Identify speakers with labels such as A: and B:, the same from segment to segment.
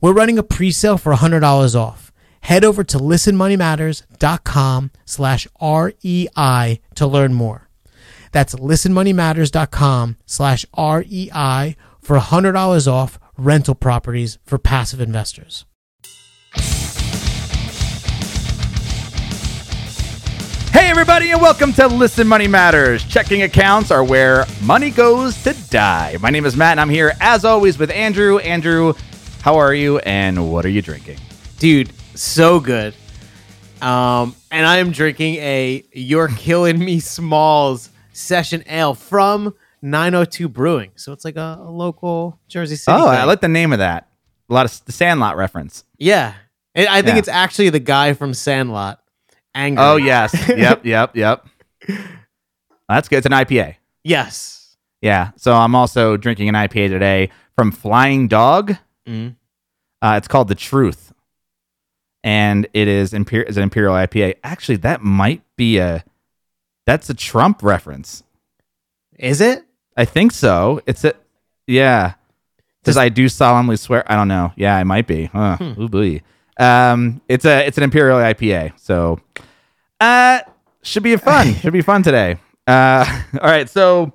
A: We're running a pre-sale for $100 off. Head over to listenmoneymatters.com slash REI to learn more. That's listenmoneymatters.com slash REI for $100 off rental properties for passive investors.
B: Hey, everybody, and welcome to Listen Money Matters. Checking accounts are where money goes to die. My name is Matt, and I'm here as always with Andrew. Andrew, how are you, and what are you drinking?
C: dude, so good. Um, and I am drinking a You're Killing Me Smalls Session Ale from 902 Brewing. So it's like a, a local Jersey City.
B: Oh,
C: thing.
B: I like the name of that. A lot of s- the Sandlot reference.
C: Yeah, And I think
B: Yeah.
C: it's actually the guy from Sandlot. Anger.
B: Oh, yes. yep, yep, yep. That's good. It's an IPA.
C: yes.
B: Yeah. So I'm also drinking an IPA today from Flying Dog.
C: Mm.
B: Uh, it's called The Truth, and it is imper- is an imperial IPA. Actually, that might be a that's a Trump reference.
C: Is it?
B: I think so. It's a yeah. Does
C: Does-
B: I do solemnly swear? I don't know. Yeah, it might be. Huh. Ooh, boy. Um, it's a it's an imperial IPA. So, uh, should be fun. should be fun today. Uh, all right. So,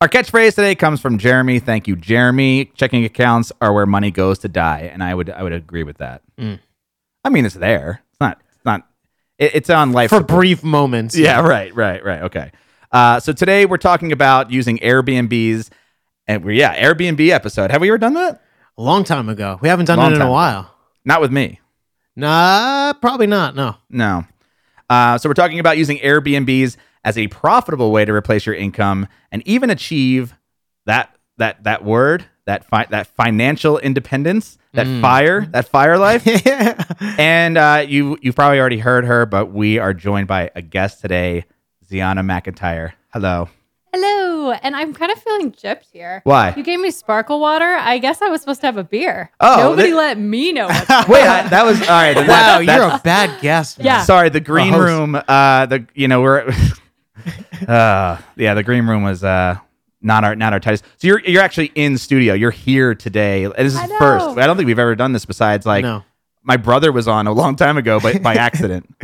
B: our catchphrase today comes from Jeremy. Thank you, Jeremy. Checking accounts are where money goes to die, and I would I would agree with that.
C: Mm.
B: I mean, it's there. It's not. It's not. It, it's on life
C: For
B: support.
C: brief moments.
B: Yeah, right, right, right. Okay. Uh, so today we're talking about using Airbnbs, and we yeah, Airbnb episode. Have we ever done that?
C: A long time ago. We haven't done
B: Long
C: it in
B: time
C: a
B: ago.
C: while.
B: Not with me.
C: Nah, probably not. No.
B: No. Uh, so we're talking about using Airbnbs as a profitable way to replace your income and even achieve that that that word that fi- that financial independence, that
C: Mm.
B: fire, that fire life.
C: yeah.
B: And uh, you you've probably already heard her, but we are joined by a guest today, Ziana McIntyre. Hello.
D: Hello, and I'm kind of feeling gypped here.
B: Why?
D: You gave me sparkle water. I guess I was supposed to have a beer.
B: Oh,
D: nobody
B: that-
D: let me know. What's
B: Wait, I, that was all right. then that-
C: Wow,
B: that's-
C: you're a bad guest. man.
D: Yeah.
B: Sorry, the green
C: host.
B: room. Uh, the you know we're, uh, yeah, the green room was uh not our not our tightest. So you're you're actually in studio. You're here today. And This is
D: I know.
B: first. I don't think we've ever done this besides like
C: no.
B: my brother was on a long time ago, but by accident.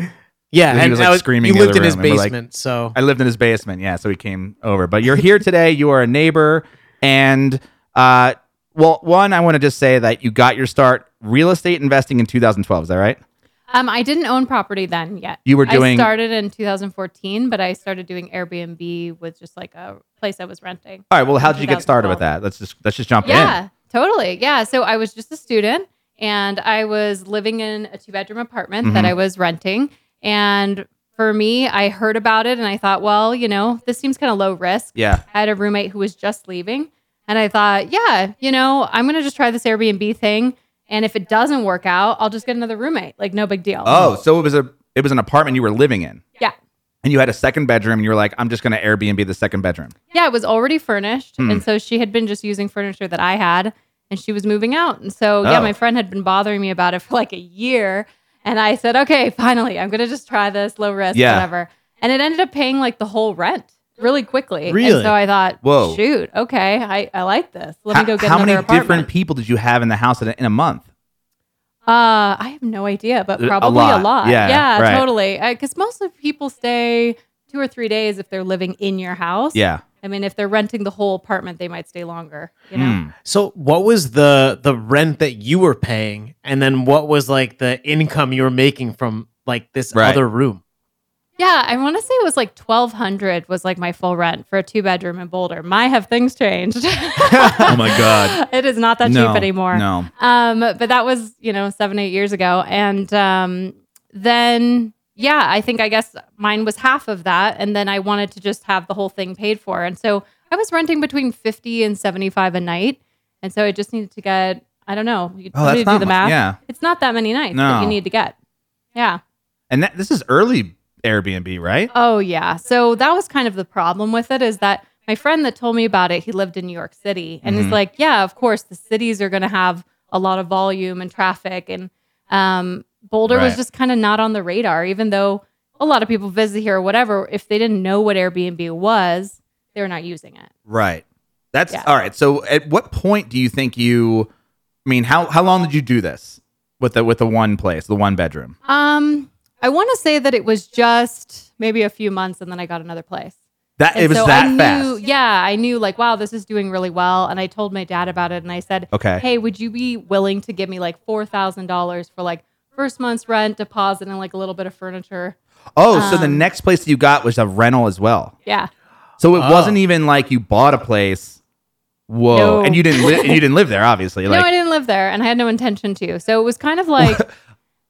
C: Yeah,
B: He
C: and
B: was,
C: I
B: like, screaming in
C: You
B: the
C: lived in
B: other
C: his
B: room, and we're like-
C: basement, so
B: I lived in his basement. Yeah, so he came over. But you're here today. You are a neighbor, and uh, well, one, I want to just say that you got your start real estate investing in 2012. Is that right?
D: um, I didn't own property then yet.
B: You were doing-
D: I started in 2014, but I started doing Airbnb with just like a place I was renting.
B: All right. Well, how did you get started with
D: 2012.
B: that? Let's just let's just jump in.
D: Yeah, totally. Yeah. So I was just a student and I was living in a two bedroom apartment that
B: Mhm.
D: I was renting. And for me, I heard about it and I thought, well, you know, this seems kind of low risk.
B: Yeah.
D: I had a roommate who was just leaving. And I thought, yeah, you know, I'm going to just try this Airbnb thing. And if it doesn't work out, I'll just get another roommate. Like, no big deal.
B: Oh, so it was a it was an apartment you were living in.
D: Yeah.
B: And you had a second bedroom and you were like, I'm just gonna Airbnb the second bedroom.
D: Yeah, it was already furnished.
B: Hmm.
D: And so she had been just using furniture that I had and she was moving out. And so, yeah,
B: Oh.
D: my friend had been bothering me about it for like a year. And I said, okay, finally, I'm going to just try this low risk,
B: Yeah.
D: whatever. And it ended up paying like the whole rent really quickly. And
C: Really?
D: so I thought,
B: Whoa.
D: Whoa. shoot, okay, I, I like this. Let me
B: How-
D: go get
B: How
D: another
B: many
D: apartment.
B: different people did you have in the house in a, in a month?
D: Uh, I have no idea, but
B: A
D: probably a
B: lot.
D: lot.
B: Yeah,
D: Yeah,
B: right.
D: totally. Because most of people stay two or three days if they're living in your house.
B: Yeah.
D: I mean, if they're renting the whole apartment, they might stay longer. You know.
B: Hmm.
C: So what was the the rent that you were paying and then what was like the income you were making from like this
B: Right.
C: other room.
D: Yeah, I want to say it was like twelve hundred was like my full rent for a two bedroom in Boulder. My have things changed. oh
B: my God.
D: It is not that
B: Hmm. no,
D: cheap anymore.
B: No.
D: Um, but that was, you know, seven, eight years ago. And um, then, yeah, I think I guess mine was half of that. And then I wanted to just have the whole thing paid for. And so I was renting between 50 and 75 a night. And so I just needed to get, I don't know, you
B: Oh,
D: you
B: that's
D: need to
B: not
D: do the
B: mu-
D: math.
B: yeah.
D: It's not that many nights
B: No.
D: that you need to get. Yeah.
B: And that, this is early Airbnb, right?
D: Oh yeah. So that was kind of the problem with it is that my friend that told me about it, he lived in New York City and
B: Mhm.
D: he's like, yeah, of course the cities are going to have a lot of volume and traffic and um Boulder
B: Right.
D: was just kind of not on the radar even though a lot of people visit here or whatever if they didn't know what Airbnb was, they're not using it.
B: Right. That's
D: Yeah.
B: all right. So at what point do you think you I mean, how how long did you do this with the with the one place, the one bedroom?
D: Um I want to say that it was just maybe a few months and then I got another place.
B: That
D: And
B: it was
D: so
B: that
D: I knew,
B: fast.
D: Yeah, I knew like, wow, this is doing really well. And I told my dad about it and I said,
B: Okay.
D: hey, would you be willing to give me like $4,000 for like first month's rent, deposit, and like a little bit of furniture?
B: oh, so the
D: um,
B: next place that you got was a rental as well.
D: Yeah.
B: So it
C: Oh.
B: wasn't even like you bought a place. Whoa.
D: No.
B: And you didn't li- you didn't live there obviously.
D: no, I
B: Like
D: didn't live there and I had no intention to. So it was kind of like,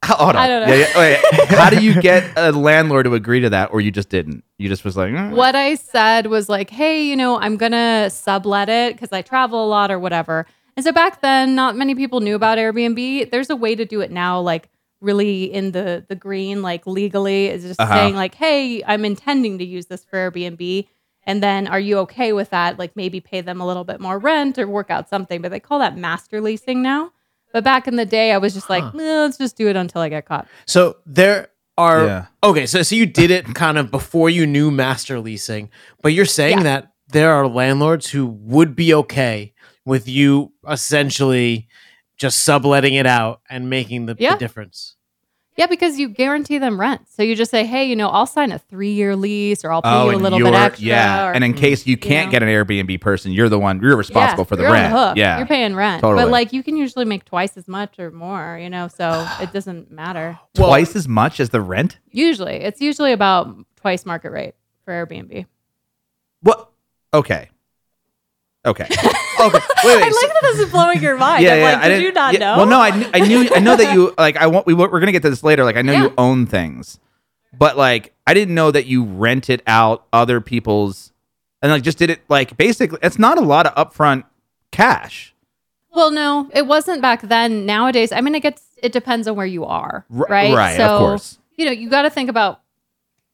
B: how, hold on.
D: I don't know.
B: Yeah, yeah, wait. how do you get a landlord to agree to that or you just didn't? You just was like, "Mm."
D: what I said was like, hey, you know, I'm going to sublet it because I travel a lot or whatever. And so back then, not many people knew about Airbnb. There's a way to do it now, like really in the the green, like legally, is just
B: Uh-huh.
D: saying like, hey, I'm intending to use this for Airbnb. And then are you okay with that? Like maybe pay them a little bit more rent or work out something. But they call that master leasing now. But back in the day, I was just like,
C: Huh.
D: "Eh, let's just do it until I get caught.
C: So there are
B: Yeah.
C: okay. So so you did it kind of before you knew master leasing, but you're saying
D: Yeah.
C: that there are landlords who would be okay with you essentially just subletting it out and making the, the
D: Yeah.
C: difference.
D: Yeah, because you guarantee them rent. So you just say, hey, you know, I'll sign a three year lease or I'll pay
B: Oh,
D: you a
B: and
D: little bit
B: you're-
D: extra.
B: Yeah,
D: or- mm,
B: and in case you can't
D: know?
B: get an Airbnb person, you're the one you're responsible
D: Yeah,
B: for the
D: you're on
B: rent.
D: hook.
B: Yeah,
D: You're paying rent.
B: Totally.
D: But like you can usually make twice as much or more, you know, so it doesn't matter.
C: Well-
B: twice as much as the rent.
D: Usually, it's usually about twice market rate for Airbnb.
B: What? Okay, okay,
C: Okay, wait,
D: I
C: wait.
D: like
C: so-
D: that this is blowing your mind. I'm like, did
B: didn't-
D: you not
B: yeah,
D: know?
B: Well, no, I, kn- I knew. I know that you like. I want. We, we're going to get to this later. Like, I know
D: Yeah.
B: you own things, but like, I didn't know that you rented out other people's, and like, just did it like basically. It's not a lot of upfront cash.
D: Well, no, it wasn't back then. Nowadays, I mean, it gets it depends on where you are,
B: R-
D: right?
B: Right.
D: so
B: of course.
D: you know, you got to think about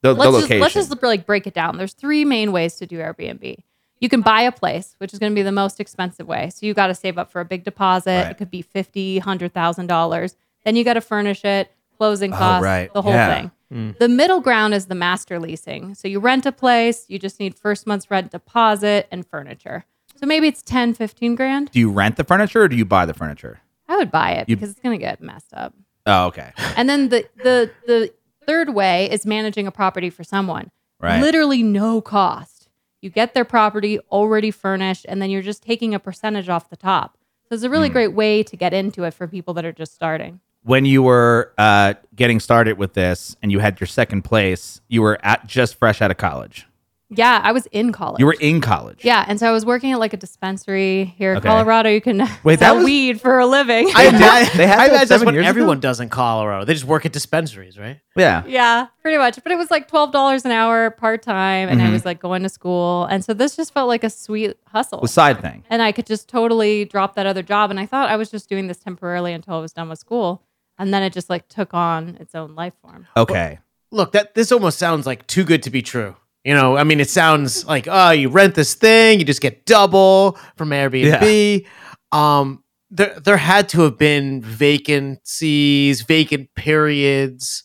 B: The, the
D: let's just,
B: location.
D: let's just like break it down. There's three main ways to do Airbnb. You can buy a place, which is going to be the most expensive way. So you got to save up for a big deposit.
B: Right.
D: It could be fifty, hundred thousand dollars. Then you got to furnish it, closing
B: Oh,
D: costs,
B: right.
D: the whole
B: Yeah. Hmm.
D: thing.
C: Mm.
D: The middle ground is the master leasing. So you rent a place, you just need first month's rent deposit and furniture. So maybe it's 10, 15 grand.
B: do you rent the furniture or do you buy the furniture?
D: I would buy it
B: You-
D: because it's going to get messed up.
B: Oh, okay.
D: And then the the the third way is managing a property for someone.
B: Right.
D: Literally no cost. You get their property already furnished and then you're just taking a percentage off the top. So it's a
B: Hmm.
D: really great way to get into it for people that are just starting.
B: when you were uh, getting started with this and you had your second place, you were at just fresh out of college.
D: Yeah, I was in college.
B: You were in college.
D: yeah, and so I was working at like a dispensary here in
B: Okay.
D: Colorado. You can
B: Wait, that
D: sell
B: was-
D: weed for a living.
C: I,
B: did-
C: imagine-
B: they had
C: I
B: that
C: imagine that's
B: seven
C: what
B: years ago?
C: everyone does in Colorado. They just work at dispensaries, right?
B: Yeah.
D: yeah, pretty much. But it was like twelve dollars an hour part time,
B: Mm-hmm.
D: and I was like going to school, and so this just felt like a sweet hustle.
B: The side thing.
D: and I could just totally drop that other job. And I thought I was just doing this temporarily until I was done with school. And then it just like took on its own life form.
B: Okay.
C: Look, that this almost sounds like too good to be true. You know, I mean, it sounds like oh, you rent this thing, you just get double from Airbnb. Um, there there had to have been vacancies, vacant periods.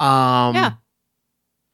C: Um,
D: Yeah.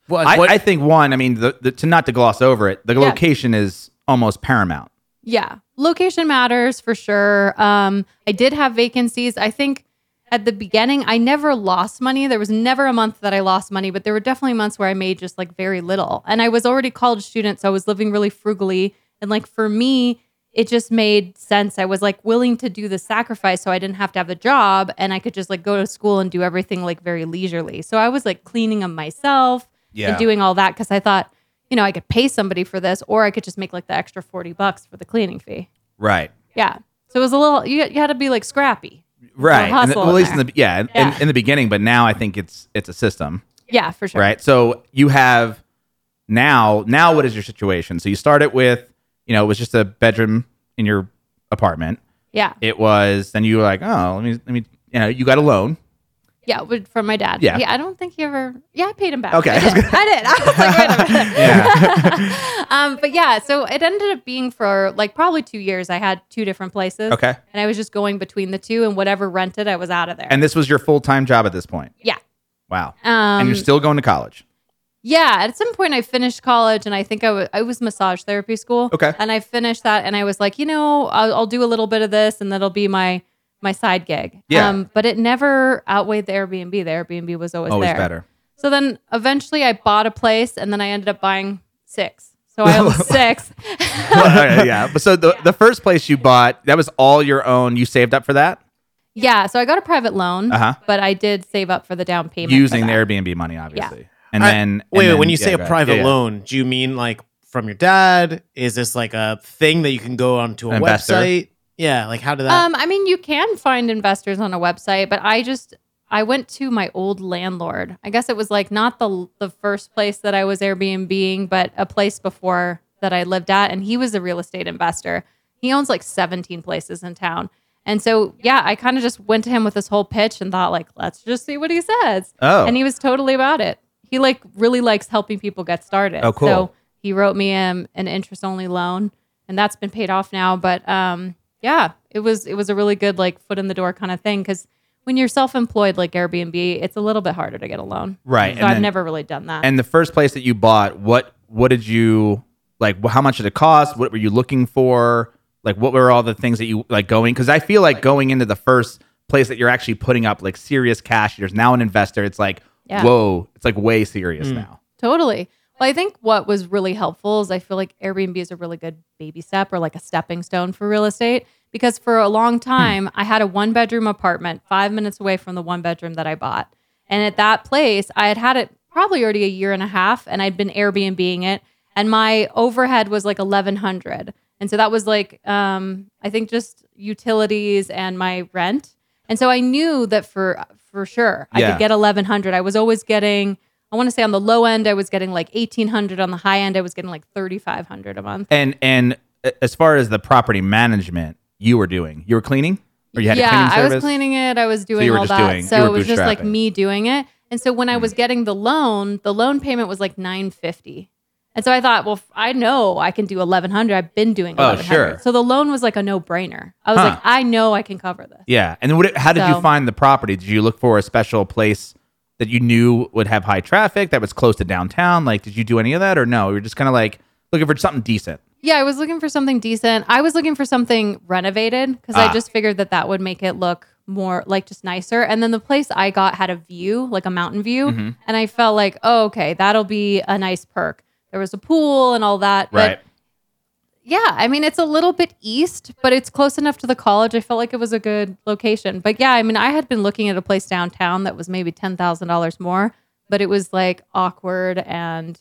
C: What,
B: I,
C: what-
B: I think one, I mean, the, the, to not to gloss over it, the
D: Yeah.
B: location is almost paramount.
D: Yeah. Location matters for sure. Um, I did have vacancies. I think at the beginning, I never lost money. There was never a month that I lost money, but there were definitely months where I made just like very little. And I was already a college student, so I was living really frugally. And like for me, it just made sense. I was like willing to do the sacrifice so I didn't have to have a job and I could just like go to school and do everything like very leisurely. So I was like cleaning them myself
B: Yeah.
D: and doing all that because I thought, you know, I could pay somebody for this or I could just make like the extra 40 bucks for the cleaning fee.
B: Right.
D: Yeah. So it was a little, you, you had to be like scrappy.
B: Right. And the-
D: hustle
B: well, at
D: in
B: least in
D: there.
B: the yeah, in-
D: Yeah.
B: In, in the beginning, but now I think it's it's a system.
D: Yeah, for sure.
B: right? So you have now. Now, what is your situation? So you start it with, you know, it was just a bedroom in your apartment.
D: Yeah.
B: It was. Then you were like, oh, let me, let me. You know, you got a loan.
D: Yeah. would- From my dad.
B: Yeah.
D: He- I don't think he ever, yeah, I paid him back.
B: Okay.
D: I did. I, did. I was like, wait a minute.
B: Yeah.
D: um, but yeah, so it ended up being for like probably two years. I had two different places.
B: okay.
D: And I was just going between the two, and whatever rented, I was out of there.
B: And this was your full time job at this point.
D: yeah.
B: Wow.
D: Um,
B: and you're still going to college.
D: yeah. At some point, I finished college, and I think I was I was massage therapy school.
B: Okay.
D: And I finished that, and I was like, you know, I'll, I'll do a little bit of this, and that'll be my my side gig. Um,
B: Yeah.
D: but it never outweighed the Airbnb. The Airbnb was always,
B: Always
D: there.
B: better.
D: So then eventually, I bought a place, and then I ended up buying six. So I owned six.
B: Well, yeah. But so the the first place you bought that was all your own. You saved up for that
D: Yeah, so I got a private loan,
B: Uh-huh.
D: but I did save up for the down payment. for
B: using the
D: that.
B: Airbnb money, obviously. And
A: All right.
B: then
A: Wait,
B: and
A: wait,
B: then-
A: when you
B: yeah,
A: say
B: go
A: a
B: ahead.
A: private
B: Yeah, yeah.
A: loan, do you mean like from your dad? Is this like a thing that you can go onto a
B: An investor?
A: website? Yeah, like how did that?
D: Um, I mean, you can find investors on a website, but I just I went to my old landlord. I guess it was like not the the first place that I was Airbnbing, but a place before that I lived at, and he was a real estate investor. He owns like 17 places in town. And so, yeah, I kind of just went to him with this whole pitch and thought, like, let's just see what he says.
B: Oh.
D: And he was totally about it. He like really likes helping people get started.
B: Oh, cool.
D: So he wrote me um, an interest only loan, and that's been paid off now. But um, yeah, it was it was a really good like foot in the door kind of thing because when you're self employed like Airbnb, it's a little bit harder to get a loan.
B: Right,
D: So
B: and
D: I've
B: then-
D: never really done that.
B: and the first place that you bought what what did you like wh- how much did it cost what were you looking for like what were all the things that you like going because i feel like going into the first place that you're actually putting up like serious cash there's now an investor it's like
D: Yeah.
B: whoa it's like way
A: Hmm.
B: serious now
D: Totally. Well, I think what was really helpful is I feel like Airbnb is a really good baby step or like a stepping stone for real estate because for a long time I had a one bedroom apartment five minutes away from the one bedroom that I bought. And at that place, I had had it probably already a year and a half and I'd been Airbnb-ing it. And my overhead was like 1100 And so that was like, um, I think just utilities and my rent. And so I knew that for for sure I
B: Yeah.
D: could get 1100 I was always getting I want to say on the low end I was getting like 1800 on the high end I was getting like 3500 a month.
B: and and a- as far as the property management you were doing you were cleaning or you had a
D: yeah,
B: cleaning
D: I
B: service
D: was cleaning it. I was doing
B: you were
D: all
B: just
D: that.
B: doing- you
D: so
B: were
D: it was just like
B: bootstrapping. Mm.
D: me doing it. And so when I was getting the loan, the loan payment was like 950. And so I thought, well, f- I know I can do 1100. I've been doing
B: Oh,
D: 1100.
B: sure.
D: So the loan was like a no-brainer. I was
B: Huh.
D: like, I know I can cover this.
B: yeah and what, how did you
D: So-
B: find the property did you look for a special place that you knew would have high traffic that was close to downtown like did you do any of that or no you were just kind of like looking for something decent
D: Yeah, I was looking for something decent. I was looking for something renovated because
B: Ah.
D: I just figured that that would make it look more like just nicer. And then the place I got had a view, like a mountain view,
B: Mm-hmm.
D: and I felt like, oh, okay, that'll be a nice perk. There was a pool and all that.
B: right
D: But yeah, I mean, it's a little bit east, but it's close enough to the college. I felt like it was a good location. But yeah, I mean, I had been looking at a place downtown that was maybe $10,000 more, but it was like awkward and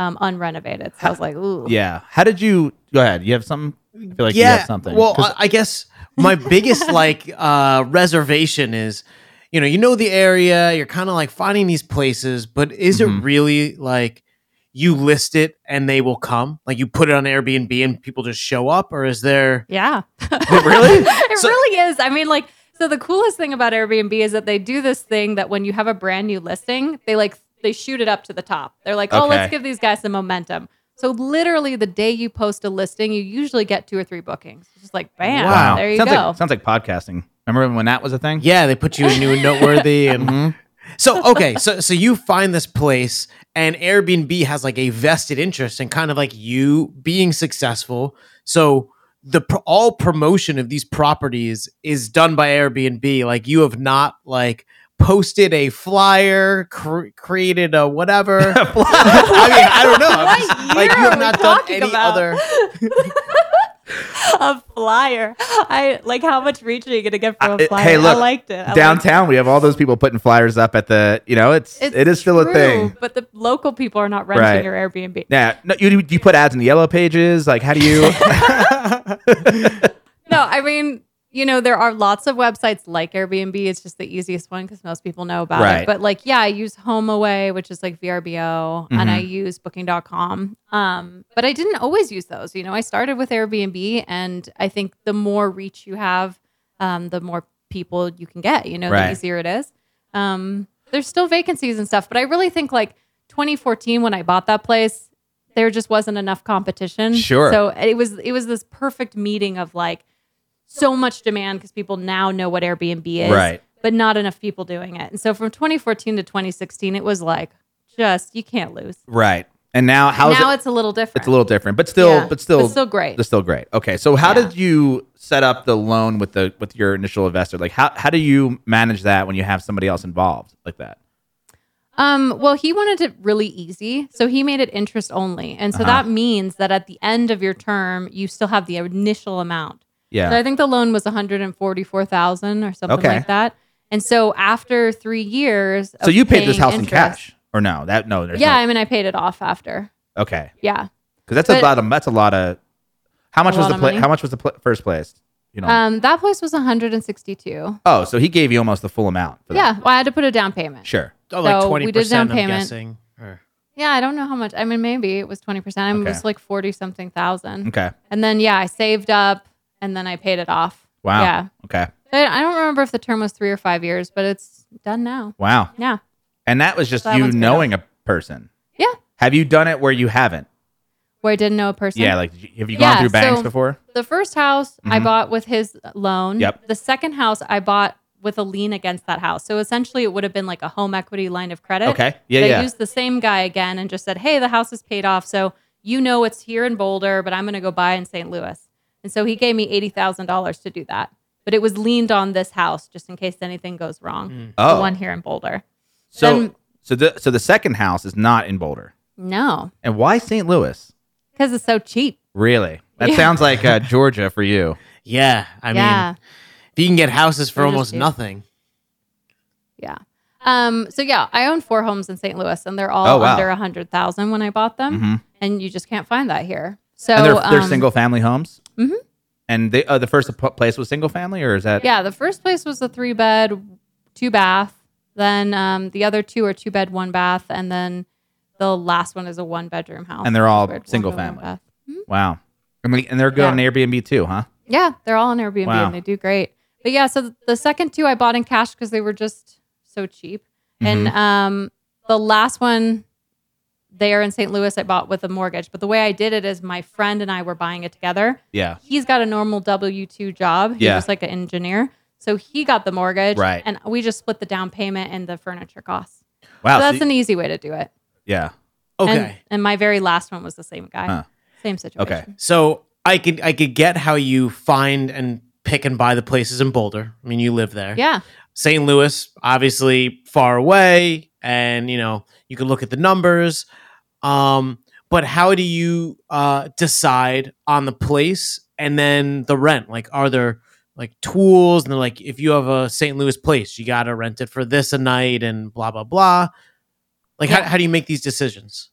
D: um, unrenovated. So I was like, ooh.
B: Yeah. How did you go ahead? You have something? I feel like you have something.
A: Well, uh,
B: 'Cause-
A: I, I guess my biggest like uh, reservation is, you know, you know the area, you're kind of like finding these places, but is
B: Mhm.
A: it really like you list it and they will come? Like you put it on Airbnb and people just show up, or is there?
D: Yeah.
A: really?
D: it
A: So-
D: really is. I mean, like, so the coolest thing about Airbnb is that they do this thing that when you have a brand new listing, they like they shoot it up to the top. They're like, oh,
B: Okay.
D: let's give these guys some momentum. So literally, the day you post a listing, you usually get two or three bookings. It's just like, bam,
A: Wow.
D: there you
B: sounds
D: go.
B: Like, sounds like podcasting. Remember when that was a thing? Mm-hmm.
A: Yeah, they put you in new and noteworthy, and so okay, so so you find this place, and Airbnb has like a vested interest in kind of like you being successful. So the pr- all promotion of these properties is done by Airbnb. Like you have not like posted a flyer, cr- created a whatever. I mean, I don't know. I'm
D: What
A: just-
D: year
A: like you
D: are
A: have
D: we
A: not done
D: talking
A: any
D: about?
A: other.
D: a flyer. I like how much reach are you gonna get from
B: Uh,
D: a flyer?
B: hey, look,
D: I liked it. I liked
B: Downtown, we have all those people putting flyers up at the, you know, it's,
D: it.
B: it's still a
D: true,
B: thing.
D: But the local people are not renting
B: Right.
D: your Airbnb.
B: Yeah, no, you do you put ads in the yellow pages? Like, how do you?
D: No, I mean, you know, there are lots of websites like Airbnb. It's just the easiest one because most people know about
B: Right.
D: it. But like, yeah, I use HomeAway, which is like VRBO, and
B: Mm-hmm.
D: I use booking.com. Um, but I didn't always use those. You know, I started with Airbnb and I think the more reach you have, um, the more people you can get, you know,
B: Right.
D: the easier it is. Um, there's still vacancies and stuff, but I really think like 2014 when I bought that place, there just wasn't enough competition.
B: Sure.
D: So it was it was this perfect meeting of like so much demand because people now know what Airbnb is,
B: Right.
D: but not enough people doing it. And so from 2014 to 2016, it was like just you can't lose.
B: right. And now, how's
D: now
B: it?
D: it's a little different.
B: It's a little different, but still,
D: Yeah,
B: but still,
D: but still great.
B: It's still great. Okay, so how
D: Yeah.
B: did you set up the loan with the with your initial investor? Like, how how do you manage that when you have somebody else involved like that?
D: Um, well, he wanted it really easy, so he made it interest only, and so
B: Uh-huh.
D: that means that at the end of your term, you still have the initial amount.
B: Yeah.
D: So I think the loan was 144,000 or something
B: Okay.
D: like that. And so after 3 years
B: so
D: of
B: you paid this
D: paying
B: house in
D: interest-
B: cash, or no? That no, there's
D: Yeah,
B: No,
D: I mean I paid it off after.
B: okay,
D: Yeah.
B: because that's a
D: But-
B: lot of that's a lot of. How much
D: A
B: was
D: lot
B: the
D: of
B: pla-
D: money.
B: how much was the pl- first place? You know.
D: Um that place was 162.
B: oh, so he gave you almost the full amount. For
D: Yeah, well, I had to put a down payment.
B: That. Sure.
C: Oh, like
D: So
C: twenty
D: we did down
C: percent. I'm
D: payment.
C: guessing. Or-
D: Yeah, I don't know how much. I mean maybe it was 20%. I mean,
B: Okay.
D: It was like 40 something thousand.
B: Okay.
D: And then yeah, I saved up and then I paid it off.
B: Wow.
D: Yeah.
B: Okay.
D: I I don't remember if the term was 3 or 5 years, but it's done now.
B: Wow.
D: Yeah.
B: And that was just
D: That
B: you
D: one's paid
B: knowing a person.
D: Yeah.
B: Have you done it where you haven't?
D: Where I didn't know a person.
B: Yeah. Like, did you- have you
D: Yeah,
B: gone through banks
D: so-
B: before?
D: The first house I bought with his loan.
B: Yep.
D: The second house I bought with a lien against that house. So essentially, it would have been like a home equity line of credit.
B: Okay. Yeah.
D: they
B: yeah.
D: used the same guy again and just said, "Hey, the house is paid off, so you know it's here in Boulder, but I'm going to go buy in St. Louis." And so he gave me eighty thousand dollars to do that, but it was leaned on this house just in case anything goes wrong.
B: Oh.
D: The one here in Boulder.
B: so
D: then-
B: so the so the second house is not in Boulder.
D: No,
B: And why St. Louis?
D: because it's so cheap.
B: Really? That
D: Yeah.
B: sounds like uh, Georgia for you.
C: Yeah, I
D: yeah.
C: mean, if you can get houses for
D: They're just
C: almost
D: cheap.
C: nothing,
D: Yeah. Um, so yeah, I own four homes in St. Louis, and they're all
B: Oh, wow.
D: under a hundred thousand when I bought them,
B: Mhm.
D: and you just can't find that here. So
B: and they're, they're
D: um,
B: single family homes.
D: Mhm.
B: And they, uh, the first p- place was single family, or is that
D: Yeah, the first place was a three bed, two bath. Then um, the other two are two bed, one bath, and then the last one is a one bedroom house.
B: And they're all
D: One
B: single
D: bedroom,
B: family.
D: one bath.
B: wow? I mean, and they're good
D: Yeah.
B: on Airbnb too, huh?
D: Yeah, they're all on Airbnb
B: Wow.
D: and they do great. But yeah, so th- the second two I bought in cash because they were just so cheap. And
B: Mm-hmm.
D: um, the last one there in St. Louis, I bought with a mortgage. But the way I did it is my friend and I were buying it together.
B: Yeah.
D: He's got a normal W 2 job, he's
B: Yeah.
D: just like an engineer. So he got the mortgage.
B: Right.
D: And we just split the down payment and the furniture costs.
B: Wow.
D: so
B: Oh, so
D: that's
B: you-
D: an easy way to do it.
B: yeah.
C: okay.
D: And, and my very last one was the same guy.
B: Huh.
D: Same situation.
C: So I could I could get how you find and pick and buy the places in Boulder. I mean, you live there.
D: Yeah.
C: St. Louis, obviously far away, and you know you can look at the numbers. Um, but how do you uh, decide on the place and then the rent? Like, are there like tools and they're like if you have a St. Louis place, you got to rent it for this a night and blah blah blah. Like, how,
D: Yeah.
C: how do you make these decisions?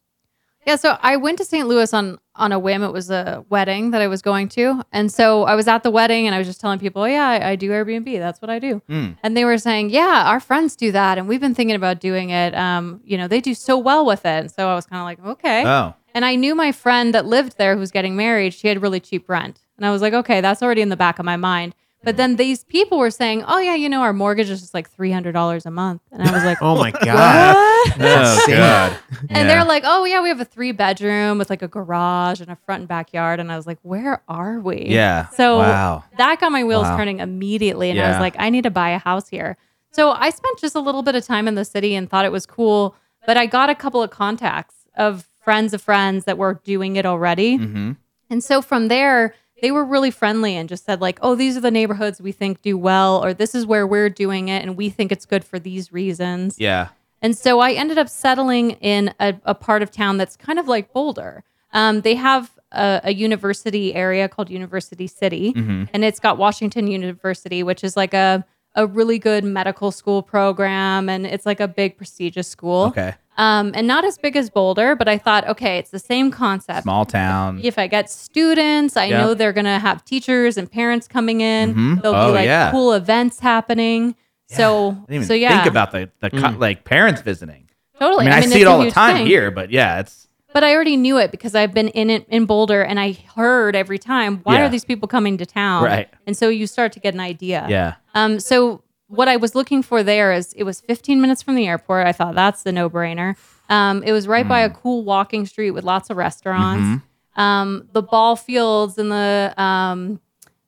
D: Yeah, so I went to St. Louis on on a whim. It was a wedding that I was going to, and so I was at the wedding, and I was just telling people, "Oh, "Yeah, I, I do Airbnb. That's what I do."
B: Mm.
D: And they were saying, "Yeah, our friends do that, and we've been thinking about doing it. Um, you know, they do so well with it." And so I was kind of like, "Okay."
B: Oh.
D: and I knew my friend that lived there who was getting married. She had really cheap rent, and I was like, "Okay, that's already in the back of my mind." But then these people were saying, "Oh yeah, you know, our mortgage is just like three hundred dollars a month," and I was like,
C: Oh my god!
D: "What?"
B: Oh
C: Same.
B: God.
D: And
B: Yeah.
D: they're like, oh, yeah, we have a three bedroom with like a garage and a front and backyard. And I was like, where are we?
B: Yeah.
D: So
B: wow.
D: that got my wheels
B: Wow.
D: turning immediately. And I was
B: Yeah.
D: like, I need to buy a house here. So I spent just a little bit of time in the city and thought it was cool. But I got a couple of contacts of friends of friends that were doing it already.
B: Mm-hmm.
D: And so from there, they were really friendly and just said, like, oh, these are the neighborhoods we think do well, or this is where we're doing it. And we think it's good for these reasons.
B: Yeah.
D: And so I ended up settling in a, a part of town that's kind of like Boulder. Um, they have a, a university area called University City,
B: Mhm.
D: and it's got Washington University, which is like a a really good medical school program, and it's like a big prestigious school.
B: Okay.
D: Um, and not as big as Boulder, but I thought, okay, it's the same concept.
B: Small town.
D: If I get students, I
B: Yeah.
D: know they're going to have teachers and parents coming in.
B: Mhm.
D: There'll
B: Oh,
D: be like
B: yeah.
D: cool events happening. So,
B: I didn't even
D: so yeah,
B: think about the, the co- like parents visiting. I
D: totally.
B: mean, I, see
D: it's
B: it
D: a
B: all the
D: huge
B: time
D: thing.
B: here, but yeah, it's
D: But I already knew it because I've been in it in Boulder and I heard every time, why
B: Yeah.
D: are these people coming to town?
B: Right.
D: And so you start to get an idea.
B: yeah.
D: Um, so what I was looking for there is it was 15 minutes from the airport. I thought that's the no-brainer. Um, it was right by a cool walking street with lots of restaurants. Um, the ball fields and the um,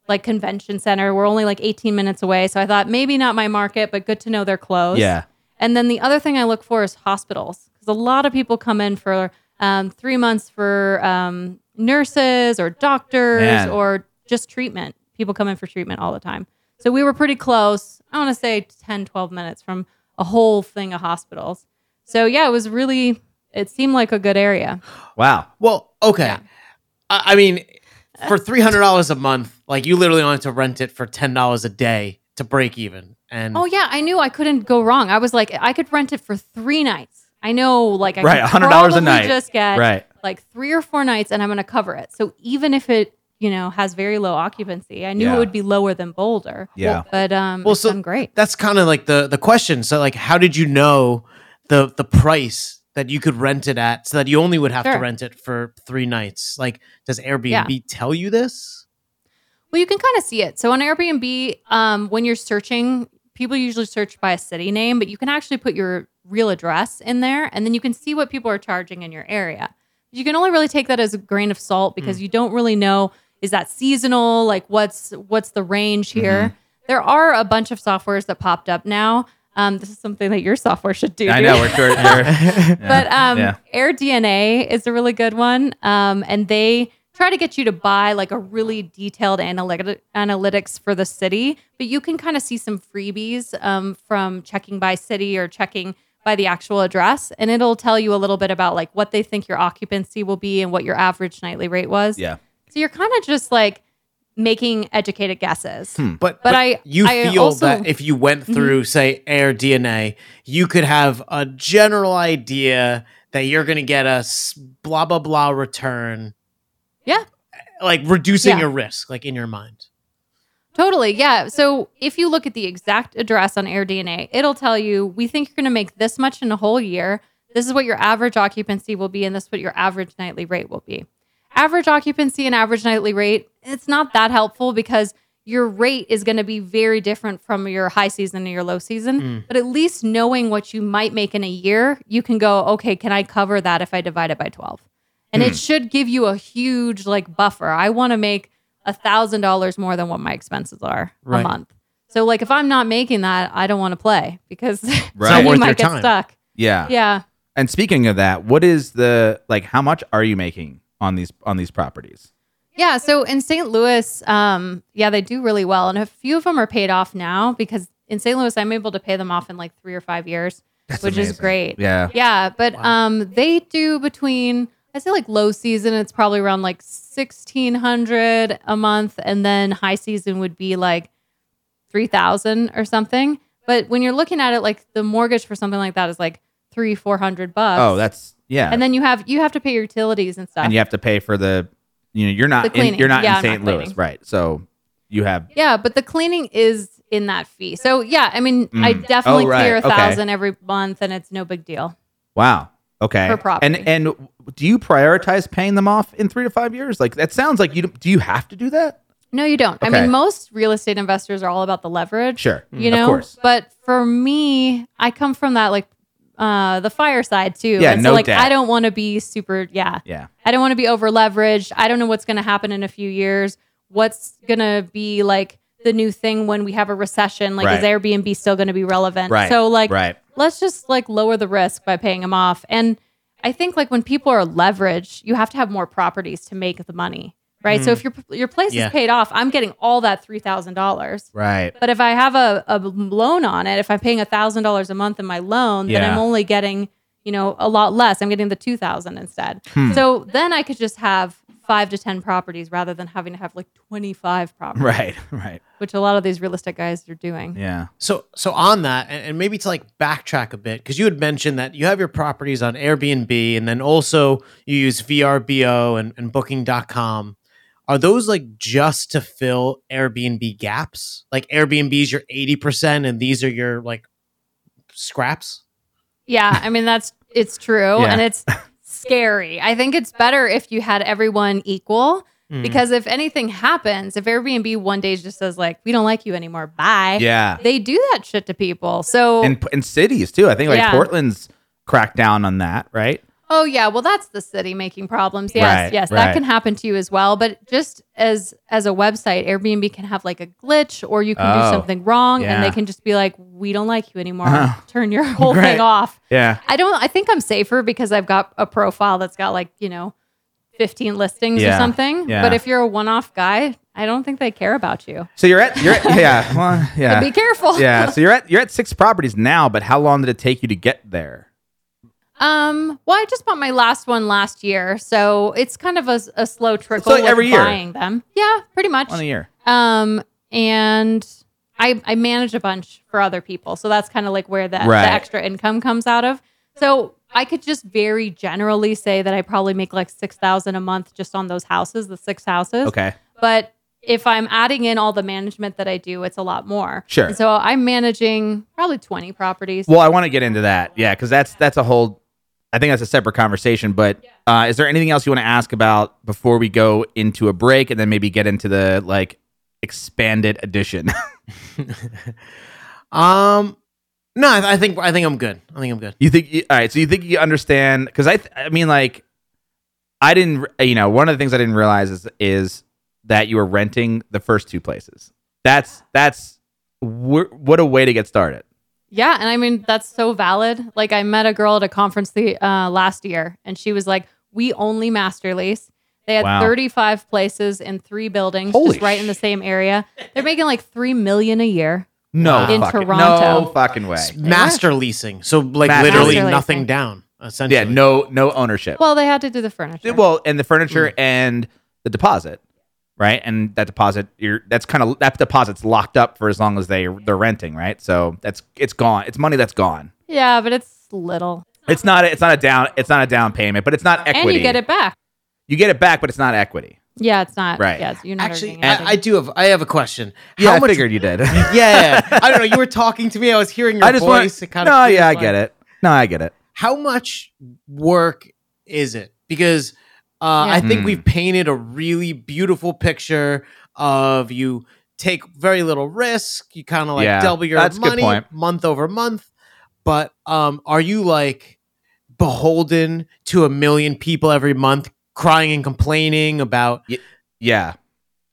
D: like convention center were only like 18 minutes away. So I thought maybe not my market, but good to know they're closed.
B: Yeah.
D: And then the other thing I look for is hospitals because a lot of people come in for um, three months for um, nurses or doctors
B: Man.
D: or just treatment. People come in for treatment all the time. So we were pretty close. I want to say 10, 12 minutes from a whole thing of hospitals. So yeah, it was really, it seemed like a good area.
B: Wow.
C: Well, okay.
D: Yeah.
C: I, I mean, for three hundred dollars a month, like you literally wanted to rent it for ten dollars a day to break even, and
D: Oh yeah, I knew I couldn't go wrong. I was like, I could rent it for three nights. I know, like, I
B: Right,
D: could
B: $100 a
D: probably
B: night.
D: Just get
B: Right.
D: like three or four nights and I'm going to cover it. So even if it, you know, has very low occupancy, I knew
B: Yeah.
D: it would be lower than Boulder.
B: Yeah.
D: But um,
C: Well,
D: it's
C: so-
D: done great.
C: that's kind of like the the question. So, like, how did you know the the price that you could rent it at, so that you only would have to
D: Sure.
C: rent it for three nights? Like, does Airbnb tell you this?
D: Well, you can kind of see it. So on Airbnb, um, when you're searching, people usually search by a city name, but you can actually put your real address in there and then you can see what people are charging in your area. You can only really take that as a grain of salt
B: Mm.
D: because you don't really know is that seasonal? Like what's what's the range
B: Mm-hmm.
D: here? There are a bunch of softwares that popped up now. Um, this is something that your software should do.
B: I
D: dude.
B: know we're short. we're- yeah.
D: But um,
B: yeah.
D: AirDNA is a really good one, um, and they try to get you to buy like a really detailed analytic analytics for the city. But you can kind of see some freebies um, from checking by city or checking by the actual address, and it'll tell you a little bit about like what they think your occupancy will be and what your average nightly rate was.
B: yeah.
D: So you're kind of just like making educated guesses.
C: But
D: But I-
C: you
D: I
C: feel
D: also- Mm-hmm.
C: that if you went through, say, Air DNA, you could have a general idea that you're going to get a s- blah blah blah return.
D: Yeah.
C: like reducing
D: Yeah.
C: your risk, like in your mind.
D: Totally. Yeah. So if you look at the exact address on AirDNA, it'll tell you we think you're going to make this much in a whole year. This is what your average occupancy will be, and this is what your average nightly rate will be. Average occupancy and average nightly rate, it's not that helpful because your rate is going to be very different from your high season to your low season.
B: Mm.
D: But at least knowing what you might make in a year, you can go, okay, can I cover that if I divide it by 12? And it
B: Mm.
D: should give you a huge like buffer. I want to make a thousand dollars more than what my expenses are
C: Right.
D: a month. So like if I'm not making that, I don't want to play because
B: Right.
D: you
C: worth your
D: might get
C: time.
D: stuck.
B: Yeah.
D: Yeah.
B: And speaking of that, what is the like? How much are you making on these on these properties?
D: Yeah. So in St. Louis, um, yeah, they do really well. And a few of them are paid off now because in St. Louis, I'm able to pay them off in like three or five years, which is
B: amazing.
D: great.
B: Yeah.
D: Yeah, but um, they do between I say like low season, it's probably around like sixteen hundred a month, and then high season would be like three thousand or something. But when you're looking at it, like the mortgage for something like that is like three four hundred bucks.
B: Oh, that's yeah.
D: and then you have you have to pay your utilities and stuff.
B: and you have to pay for the you know you're
D: The
B: not in,
D: cleaning.
B: you're not
D: Yeah,
B: in
D: I'm not
B: St. Louis,
D: cleaning.
B: right? So you have
D: Yeah, but the cleaning is in that fee. So yeah, I mean, I
B: Mm.
D: definitely
B: Oh, right.
D: clear a
B: Okay.
D: thousand every month, and it's no big deal.
B: wow. Okay.
D: Per property.
B: And and do you prioritize paying them off in 3 to 5 years? Like that sounds like you don't- do you have to do that?
D: No, you don't. I
B: Okay.
D: mean, most real estate investors are all about the leverage.
B: Sure. Mm,
D: you
B: Of
D: know
B: course.
D: but for me i come from that like uh the fireside too
B: Yeah,
D: and
B: no
D: so like
B: debt.
D: i don't want to be super yeah
B: Yeah.
D: i don't want to be over leveraged i don't know what's going to happen in a few years what's going to be like the new thing when we have a recession like is
B: Right.
D: airbnb still going to be relevant
B: Right.
D: so like
B: right.
D: let's just like lower the risk by paying them off. And I think like when people are leveraged, you have to have more properties to make the money, right?
B: Hmm.
D: So if your your place
C: Yeah.
D: is paid off, I'm getting all that three thousand dollars.
B: Right.
D: But if I have a, a loan on it, if I'm paying thousand dollars a month in my loan, then
B: Yeah.
D: I'm only
B: Hmm.
D: getting you know a lot less. I'm getting the two thousand instead. So then I could just have five to 10 properties rather than having to have like 25 properties,
B: Right. Right.
D: which a lot of these real estate guys are doing.
B: Yeah.
C: So, so on that, and, and maybe to like backtrack a bit, because you had mentioned that you have your properties on Airbnb and then also you use VRBO and, and booking.com. Are those like just to fill Airbnb gaps? Like Airbnb's your 80% and these are your like scraps?
D: Yeah, I mean that's it's true
B: Yeah.
D: and it's scary. I think it's better if you had everyone equal
B: Hmm.
D: because if anything happens, if Airbnb one day just says like we don't like you anymore, bye.
B: Yeah.
D: They do that shit to people. So
B: And in cities too. I think like
D: Yeah.
B: Portland's cracked down on that. Right.
D: oh yeah, well that's the city making problems. Yes,
B: Right,
D: yes,
B: right.
D: that can happen to you as well, but just as as a website, Airbnb can have like a glitch or you can
B: Oh,
D: do something wrong
B: yeah.
D: and they can just be like we don't like you anymore.
B: Uh-huh.
D: Turn your whole
B: Right.
D: thing off.
B: Yeah.
D: I don't. I think I'm safer because I've got a profile that's got like you know, 15 listings
B: Yeah.
D: or something.
B: Yeah.
D: But if you're a one-off guy, I don't think they care about you.
B: So you're at you're at, yeah well, yeah
D: But be careful.
B: yeah. So you're at you're at six properties now, but how long did it take you to get there?
D: Um. Well, I just bought my last one last year, so it's kind of a, a slow trickle.
B: like
D: with
B: every year.
D: buying them. Yeah, pretty much.
B: On a year.
D: Um. And I I manage a bunch for other people, so that's kind of like where the,
B: Right.
D: the extra income comes out of. So. I could just very generally say that I probably make like six thousand a month just on those houses, the six houses.
B: Okay.
D: But if I'm adding in all the management that I do, it's a lot more.
B: Sure.
D: And so I'm managing probably 20 properties.
B: Well, I want to get into that. Yeah, because that's that's a whole. I think that's a separate conversation. But uh, is there anything else you want to ask about before we go into a break and then maybe get into the like expanded edition?
C: Um, no, I, I think I think I'm good. I think I'm good.
B: you think? You, all right. So you think you understand? Because I th- I mean like I didn't. re- You know, one of the things I didn't realize is is that you were renting the first two places. That's that's wh- what a way to get started.
D: yeah. And I mean, that's so valid. Like I met a girl at a conference the uh, last year and she was like, we only master lease. They had
B: Wow.
D: 35 places in three buildings,
B: Holy
D: just right in the same area. They're making like 3 million a year.
B: No,
D: In
B: fucking,
D: Toronto.
B: no fucking way.
C: Master leasing. So like
B: Master
C: literally
D: leasing.
C: nothing down, essentially.
B: Yeah, no, no ownership.
D: Well, they had to do the furniture.
B: Well, and the furniture and the deposit, right? And that deposit, you're that's kind of that deposit's locked up for as long as they they're renting, right? So that's it's gone. It's money that's gone.
D: yeah, but it's little.
B: It's not a, it's not a down it's not a down payment, but it's not equity.
D: And you get it back.
B: You get it back, but it's not equity.
D: Yeah, it's not.
B: Right.
D: Yeah, it's- you're not
C: Actually,
D: earning anything.
C: I, I do have I have a question.
B: Yeah,
C: How
B: I
C: much
B: figured you did. I
C: yeah, I don't know. You were talking to me. I was hearing your
B: just want
C: voice.
B: to
C: it kinda
B: no,
C: came
B: yeah, I
C: like-
B: get it. No, I get it.
C: How much work is it? Because uh, I
D: Yeah.
C: think
B: Hmm.
C: we've painted a really beautiful picture of you take very little risk. You kind of like
B: Yeah,
C: double your
B: that's a good
C: money
B: point.
C: month over month. But um, are you like beholden to a million people every month crying and complaining about
B: Yeah.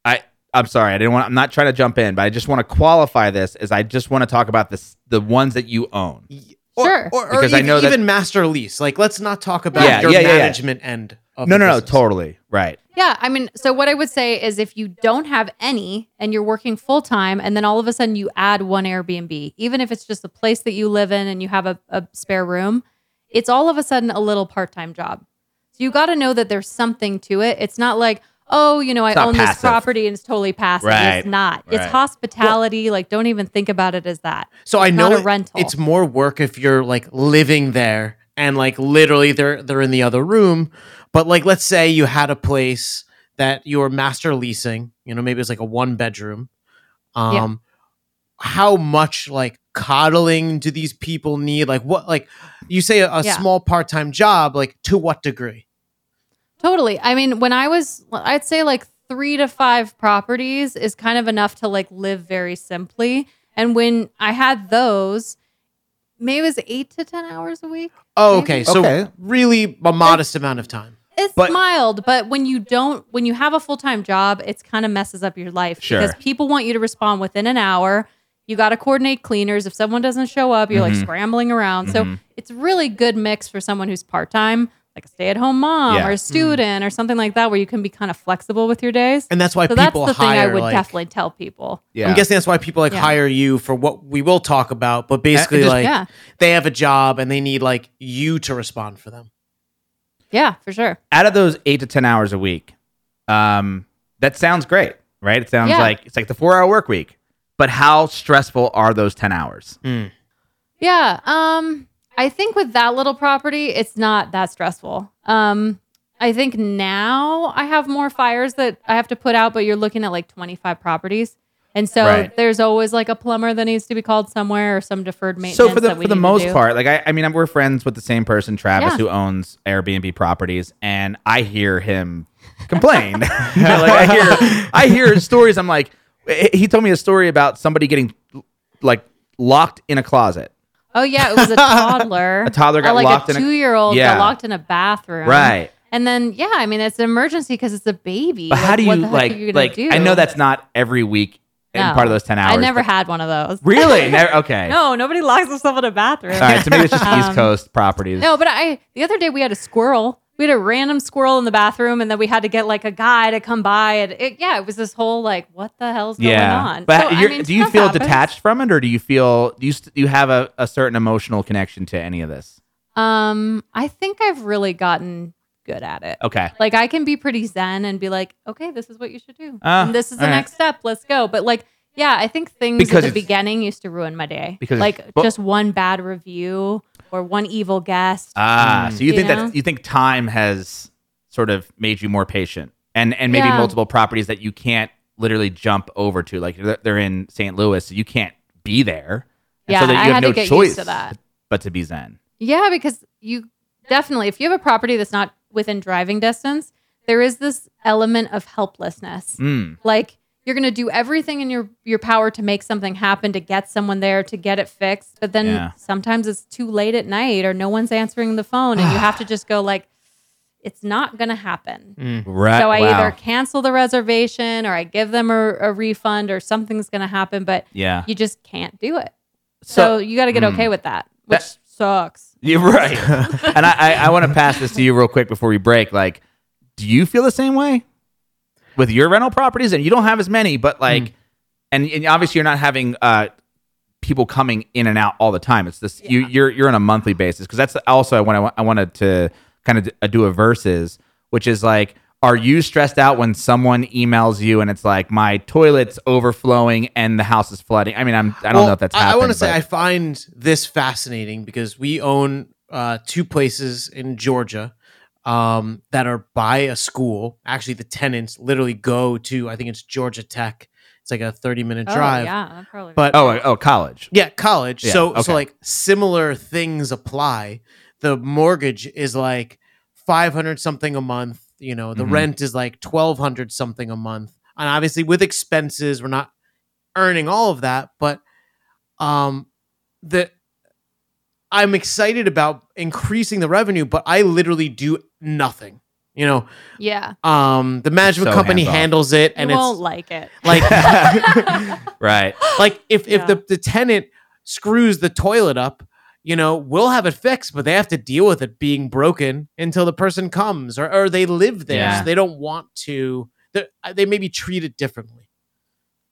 B: I I'm sorry. I didn't want I'm not trying to jump in, but I just want to qualify this as I just want to talk about this the ones that you own.
C: Y- Or,
D: Sure.
C: Or, or
B: Because I
C: even,
B: know that-
C: even master lease. Like, let's not talk about
B: Yeah,
C: your
B: yeah, yeah, yeah.
C: management end. Of
B: No,
C: the
B: no, no,
C: business.
B: totally. Right.
D: Yeah, I mean, so what I would say is if you don't have any and you're working full time and then all of a sudden you add one Airbnb, even if it's just a place that you live in and you have a, a spare room, it's all of a sudden a little part time job. So you got to know that there's something to it. It's not like, oh, you know, I
B: It's not
D: own
B: passive.
D: this property and it's totally passive.
B: Right,
D: It's not. It's
B: right.
D: hospitality. like, don't even think about it as that.
C: So I know
D: not a
C: it-
D: rental.
C: it's more work if you're like living there and like literally they're they're in the other room. But like, let's say you had a place that you were master leasing. You know, maybe it's like a one bedroom. Um,
D: Yeah.
C: how much like coddling do these people need? Like, what like you say a, a
D: Yeah.
C: small part time job? Like, to what degree?
D: Totally. I mean, when I was, I'd say like three to five properties is kind of enough to like live very simply. And when I had those, maybe it was eight to 10 hours a week.
C: Oh,
D: Maybe.
C: okay, so
B: Okay.
C: really a modest amount of time.
D: It's
B: But-
D: mild, but when you don't, when you have a full time job, it's kind of messes up your life
B: Sure.
D: because people want you to respond within an hour. You got to coordinate cleaners. If someone doesn't show up, you're
B: Mhm.
D: like scrambling around.
B: Mm-hmm.
D: So it's really good mix for someone who's part time, like a stay at home mom
B: Yeah. Mm-hmm.
D: or a student or something like that, where you can be kind of flexible with your days.
C: And that's why
D: so that's
C: people
D: the thing
C: hire
D: I would
C: like,
D: definitely tell people.
B: Yeah.
C: I'm guessing that's why people like
D: Yeah.
C: hire you for what we will talk about, but basically
B: Uh, just-
C: like
D: yeah.
C: they have a job and they need like you to respond for them.
D: Yeah, for sure.
B: out of those eight to ten hours a week, um, that sounds great, right? It sounds
D: Yeah.
B: like it's like the four hour work week, but how stressful are those 10 hours?
D: Mm-hmm. Yeah. Um, I think with that little property, it's not that stressful. Um, I think now I have more fires that I have to put out, but you're looking at like 25 properties. And so
B: Right.
D: there's always like a plumber that needs to be called somewhere or some deferred maintenance.
B: So for the
D: that we
B: for the
D: need to
B: most
D: do.
B: part, like I, I mean, I'm, we're friends with the same person, Travis,
D: Yeah.
B: who owns Airbnb properties, and I hear him complain. like I hear I hear stories. I'm like, eh, he told me a story about somebody getting like locked in a closet.
D: Oh yeah, it was a toddler.
B: A toddler got
D: Uh, like
B: locked
D: a
B: in a-
D: two-year-old
B: Yeah.
D: got locked in a bathroom.
B: Right.
D: And then yeah, I mean it's an emergency because it's a baby.
B: But how do you
D: what the heck
B: like
D: are you gonna
B: like?
D: do?
B: I know that's not every week and
D: No.
B: part of those ten hours.
D: I never
B: but-
D: had one of those.
B: really. Never, okay.
D: No, nobody locks themselves in a bathroom.
B: All right. So maybe it's just East
D: Um,
B: Coast properties.
D: No, but I the other day we had a squirrel. We had a random squirrel in the bathroom, and then we had to get like a guy to come by. And it, yeah, it was this whole like, what the hell's
B: yeah.
D: going on? So,
B: But
D: I
B: you're,
D: mean,
B: do you
D: stuff
B: feel
D: happens.
B: detached from it, or do you feel do you st- do you have a, a certain emotional connection to any of this?
D: Um, I think I've really gotten good at it.
B: Okay.
D: Like I can be pretty zen and be like, okay, this is what you should do.
B: Ah,
D: and this is the
B: all right.
D: next step. Let's go. But like, yeah, I think things
B: Because
D: at
B: it's-
D: the beginning used to ruin my day.
B: Because it's-
D: like
B: but-
D: just one bad review or one evil guest.
B: Ah, so you
D: Mm. You
B: think
D: know?
B: that you think time has sort of made you more patient, and and maybe
D: Yeah.
B: multiple properties that you can't literally jump over to, like they're they're in St. Louis, so you can't be there. And
D: Yeah,
B: so that you
D: I
B: have
D: had to
B: no
D: get used
B: choice
D: to that.
B: but to be zen.
D: Yeah, because you definitely, if you have a property that's not within driving distance, there is this element of helplessness.
B: Mm.
D: Like you're going to do everything in your your power to make something happen, to get someone there, to get it fixed, but then
B: Yeah.
D: sometimes it's too late at night or no one's answering the phone and you have to just go like it's not going to happen.
B: Right.
D: So I
B: wow.
D: either cancel the reservation or I give them a, a refund or something's going to happen, but
B: yeah.
D: you just can't do it. So, you got to get
B: mm.
D: okay with that, which
B: That-
D: sucks.
B: You're right. and I, I, I want to pass this to you real quick before we break. Like, do you feel the same way with your rental properties? And you don't have as many, but like,
C: Mm.
B: and, and obviously you're not having uh, people coming in and out all the time. It's this you, you're you're on a monthly basis because that's also I want I wanted to kind of d- uh, do a versus, which is like. Are you stressed out when someone emails you and it's like my toilet's overflowing and the house is flooding? I mean, I'm I don't know if that's
C: I,
B: happening.
C: want to say
B: but-
C: I find this fascinating because we own uh, two places in Georgia um, that are by a school. Actually, the tenants literally go to I think it's Georgia Tech. It's like a thirty-minute drive.
D: Oh, yeah, that'd probably.
C: But
B: oh oh college.
C: Yeah, college.
B: Yeah,
C: so
B: okay.
C: so like similar things apply. The mortgage is like five hundred something a month. You know, the
B: Mhm.
C: rent is like twelve hundred something a month, and obviously with expenses, we're not earning all of that. But um, the I'm excited about increasing the revenue, but I literally do nothing. You know,
D: yeah,
C: um, the management
B: so
C: company
B: hands-off.
C: handles it, and
D: you
C: it's
D: won't like it.
C: like
B: right.
C: like if if
D: Yeah.
C: the, the tenant screws the toilet up you know we'll have it fixed but they have to deal with it being broken until the person comes or, or they live there
B: Yeah.
C: so they don't want to they're- uh, they may be treated differently